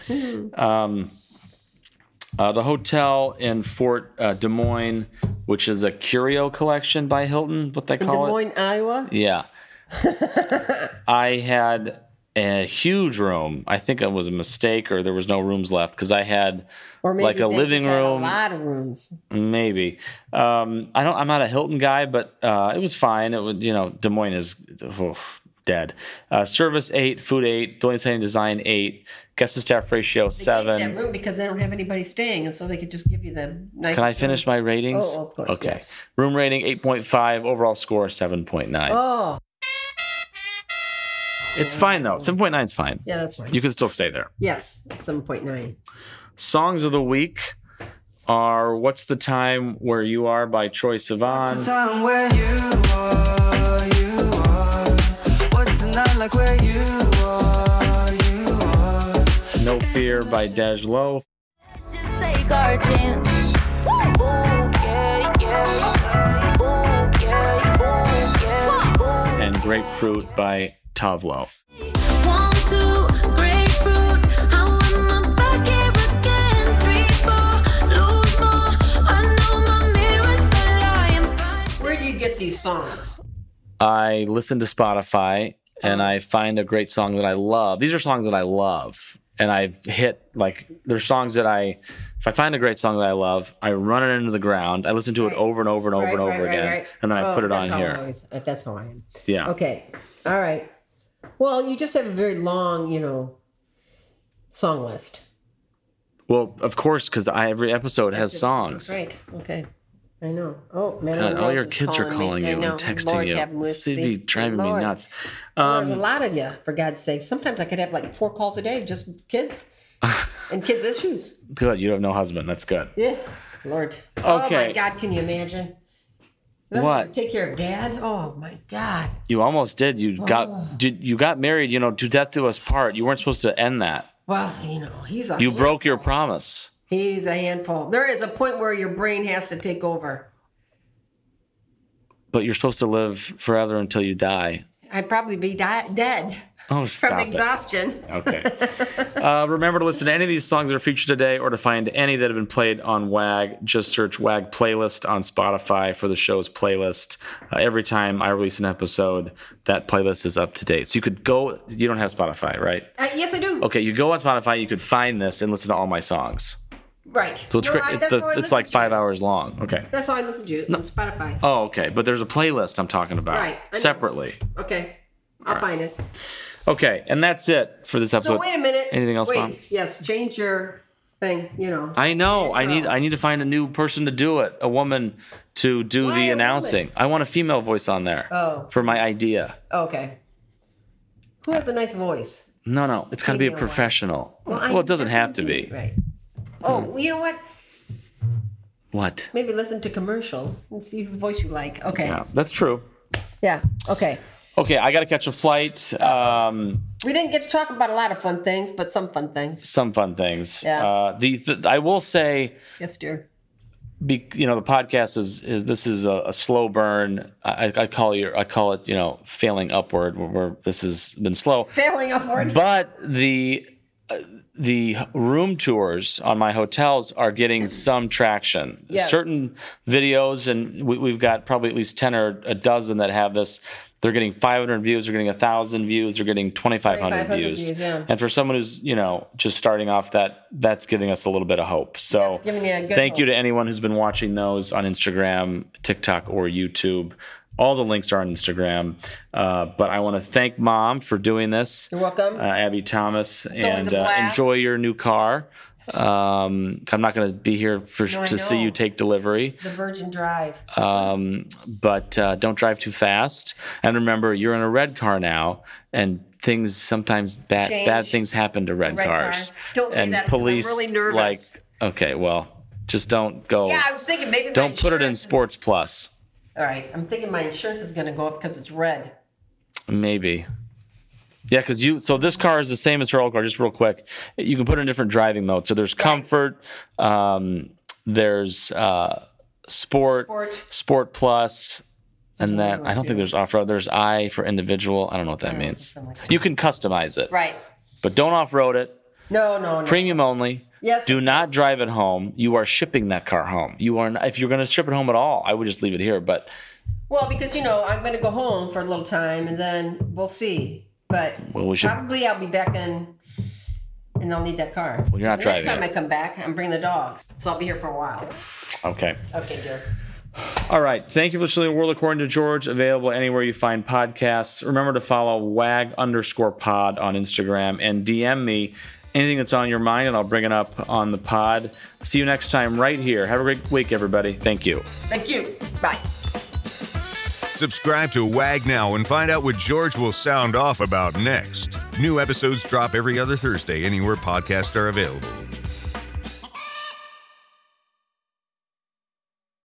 Speaker 2: Uh, the hotel in Fort uh, Des Moines, which is a curio collection by Hilton, what they
Speaker 3: Des
Speaker 2: call it.
Speaker 3: Moines, Iowa.
Speaker 2: Yeah. I had a huge room. I think it was a mistake or there was no rooms left because I had
Speaker 3: Or maybe
Speaker 2: like a
Speaker 3: they
Speaker 2: living
Speaker 3: just had
Speaker 2: room.
Speaker 3: A lot of rooms.
Speaker 2: Maybe. Um, I don't. I'm not a Hilton guy, but uh, it was fine. It would, you know, Des Moines is oof, dead. Uh, service eight, food eight, building setting design eight, guest to staff ratio seven.
Speaker 3: That room because they don't have anybody staying, and so they could just give you the nice.
Speaker 2: Can I finish my ratings?
Speaker 3: Oh, of course,
Speaker 2: Okay.
Speaker 3: yes.
Speaker 2: Room rating 8.5, overall score 7.9.
Speaker 3: Oh.
Speaker 2: It's fine though. 7.9 is fine.
Speaker 3: Yeah, that's fine.
Speaker 2: You can still stay there.
Speaker 3: yes, 7.9.
Speaker 2: Songs of the week are What's the Time Where You Are by Troy Sivan.
Speaker 4: time where you are, you are. What's the night like where you are, you are?
Speaker 2: No Fear by Dej Loaf.
Speaker 5: Let's just take our chance. Ooh, yeah, yeah. Ooh, yeah, ooh, yeah. Ooh.
Speaker 2: and Grapefruit by Tavlo.
Speaker 5: One, two, grapefruit. How am I back here again? Three, four, lose more. I know my mirror's a lying price.
Speaker 3: Where do you get these songs?
Speaker 2: I listen to Spotify and I find a great song that I love. These are songs that I love. And I've hit like there's songs that I if I find a great song that I love, I run it into the ground. I listen to it over and over and over and over again. And then I
Speaker 3: Oh,
Speaker 2: put it
Speaker 3: that's
Speaker 2: on
Speaker 3: how I
Speaker 2: here.
Speaker 3: always- uh, that's how I am.
Speaker 2: yeah.
Speaker 3: Okay. All right. Well, you just have a very long, you know, song list.
Speaker 2: Well, of course, because I every episode has songs.
Speaker 3: Right. Okay. I know. Oh, man.
Speaker 2: God, all your kids are calling you and texting you. It's be driving me nuts.
Speaker 3: There's a lot of you, for God's sake. Sometimes I could have like four calls a day, just kids and kids' issues.
Speaker 2: Good, you have no husband. That's good.
Speaker 3: Yeah. Lord. Oh, my
Speaker 2: Okay.
Speaker 3: God. Can you imagine?
Speaker 2: What?
Speaker 3: Take care of dad? Oh, my God.
Speaker 2: You almost did. You got did you got married, you know, to death do us part. You weren't supposed to end that.
Speaker 3: Well, you know, he's a
Speaker 2: You broke your promise.
Speaker 3: He's a handful. There is a point where your brain has to take over.
Speaker 2: But you're supposed to live forever until you die.
Speaker 3: I'd probably be di- dead
Speaker 2: Oh,
Speaker 3: from
Speaker 2: stop it.
Speaker 3: exhaustion.
Speaker 2: Okay. uh, remember to listen to any of these songs that are featured today or to find any that have been played on WAG. Just search WAG playlist on Spotify for the show's playlist. Uh, every time I release an episode, that playlist is up to date. So you could go, you don't have Spotify, right?
Speaker 3: Uh, yes, I do.
Speaker 2: Okay, you go on Spotify, you could find this and listen to all my songs.
Speaker 3: Right.
Speaker 2: So it's,
Speaker 3: No,
Speaker 2: great.
Speaker 3: I-
Speaker 2: it's,
Speaker 3: that's how
Speaker 2: the,
Speaker 3: I
Speaker 2: it's
Speaker 3: listen
Speaker 2: like
Speaker 3: to
Speaker 2: five
Speaker 3: you.
Speaker 2: hours long. Okay.
Speaker 3: That's how I listen to you on Spotify.
Speaker 2: Oh, okay. But there's a playlist I'm talking about
Speaker 3: Right, I know.
Speaker 2: separately.
Speaker 3: Okay. I'll find it.
Speaker 2: Okay, and that's it for this
Speaker 3: So
Speaker 2: episode.
Speaker 3: wait a minute.
Speaker 2: Anything else,
Speaker 3: wait.
Speaker 2: Mom?
Speaker 3: Yes, change your thing, you know.
Speaker 2: I know. I
Speaker 3: Intro.
Speaker 2: need. I need to find a new person to do it. A woman to do
Speaker 3: Why a
Speaker 2: the
Speaker 3: woman?
Speaker 2: announcing. I want a female voice on there.
Speaker 3: Oh.
Speaker 2: For my idea.
Speaker 3: okay. Who has a nice voice?
Speaker 2: No, no. It's got to be a
Speaker 3: Female voice.
Speaker 2: professional. Well,
Speaker 3: I-
Speaker 2: it doesn't have to be. Hmm.
Speaker 3: Right. Oh, well, you know what?
Speaker 2: What?
Speaker 3: Maybe listen to commercials and see whose voice you like. Okay.
Speaker 2: Yeah, that's true.
Speaker 3: yeah. Okay.
Speaker 2: Okay, I got to catch a flight. Um,
Speaker 3: We didn't get to talk about a lot of fun things, but some fun things.
Speaker 2: some fun things.
Speaker 3: Yeah.
Speaker 2: Uh, the, the I will say.
Speaker 3: Yes, dear.
Speaker 2: be, you know the podcast is is this is a, a slow burn. I, I call your I call it you know failing upward where, where this has been slow.
Speaker 3: Failing upward.
Speaker 2: But the uh, the room tours on my hotels are getting some traction.
Speaker 3: Yes.
Speaker 2: Certain videos, and we, we've got probably at least ten or a dozen that have this. They're getting 500 views. They're getting 1,000 views. They're getting 2,500
Speaker 3: 2,500
Speaker 2: views.
Speaker 3: views, yeah.
Speaker 2: And for someone who's you know just starting off, that that's giving us a little bit of hope. So
Speaker 3: That's giving you a good
Speaker 2: thank you
Speaker 3: hope.
Speaker 2: to anyone who's been watching those on Instagram, TikTok, or YouTube. All the links are on Instagram. Uh, but I want to thank Mom for doing this
Speaker 3: You're welcome.
Speaker 2: uh, Abby Thomas,
Speaker 3: always
Speaker 2: and
Speaker 3: a
Speaker 2: uh,
Speaker 3: blast.
Speaker 2: enjoy your new car. Um, I'm not going to be here for
Speaker 3: I
Speaker 2: to see
Speaker 3: know.
Speaker 2: you take delivery,
Speaker 3: the Virgin Drive.
Speaker 2: um, but uh, don't drive too fast. And remember, you're in a red car now, and things sometimes bad
Speaker 3: Change.
Speaker 2: bad things happen to red,
Speaker 3: red
Speaker 2: cars.
Speaker 3: cars. Don't say
Speaker 2: and
Speaker 3: that 'cause I'm
Speaker 2: Police,
Speaker 3: really nervous.
Speaker 2: Like, okay, well, just don't go.
Speaker 3: yeah, I was thinking maybe my
Speaker 2: don't put it in
Speaker 3: insurance is-
Speaker 2: Sports Plus.
Speaker 3: All right, I'm thinking my insurance is going to go up because it's red.
Speaker 2: Maybe. Yeah, because you so this car is the same as her old car. Just real quick, you can put in different driving modes. So there's comfort, um, there's uh, sport,
Speaker 3: Sport.
Speaker 2: Sport plus, and that
Speaker 3: one
Speaker 2: I don't think there's off road. There's I for individual. I don't know what that means.
Speaker 3: something like
Speaker 2: You can customize it,
Speaker 3: Right.
Speaker 2: but don't off road it.
Speaker 3: No, no, no.
Speaker 2: Premium only.
Speaker 3: Yes,
Speaker 2: Do
Speaker 3: of
Speaker 2: not drive it home. You are shipping that car home. You are not, if you're going to ship it home at all, I would just leave it here. But
Speaker 3: well, because you know I'm going to go home for a little time and then we'll see. But
Speaker 2: well, we should.
Speaker 3: probably I'll be back in, and I'll need that car.
Speaker 2: you're not
Speaker 3: the
Speaker 2: driving
Speaker 3: Next time
Speaker 2: it.
Speaker 3: I come back, I'm bringing the dogs, so I'll be here for a while.
Speaker 2: Okay.
Speaker 3: Okay, dear.
Speaker 2: All right. Thank you for listening to World According to George, available anywhere you find podcasts. Remember to follow wag underscore pod on Instagram and DM me anything that's on your mind, and I'll bring it up on the pod. See you next time right here. Have a great week, everybody. Thank you.
Speaker 3: Thank you. Bye.
Speaker 1: Subscribe to WAG now and find out what George will sound off about next. New episodes drop every other Thursday anywhere podcasts are available.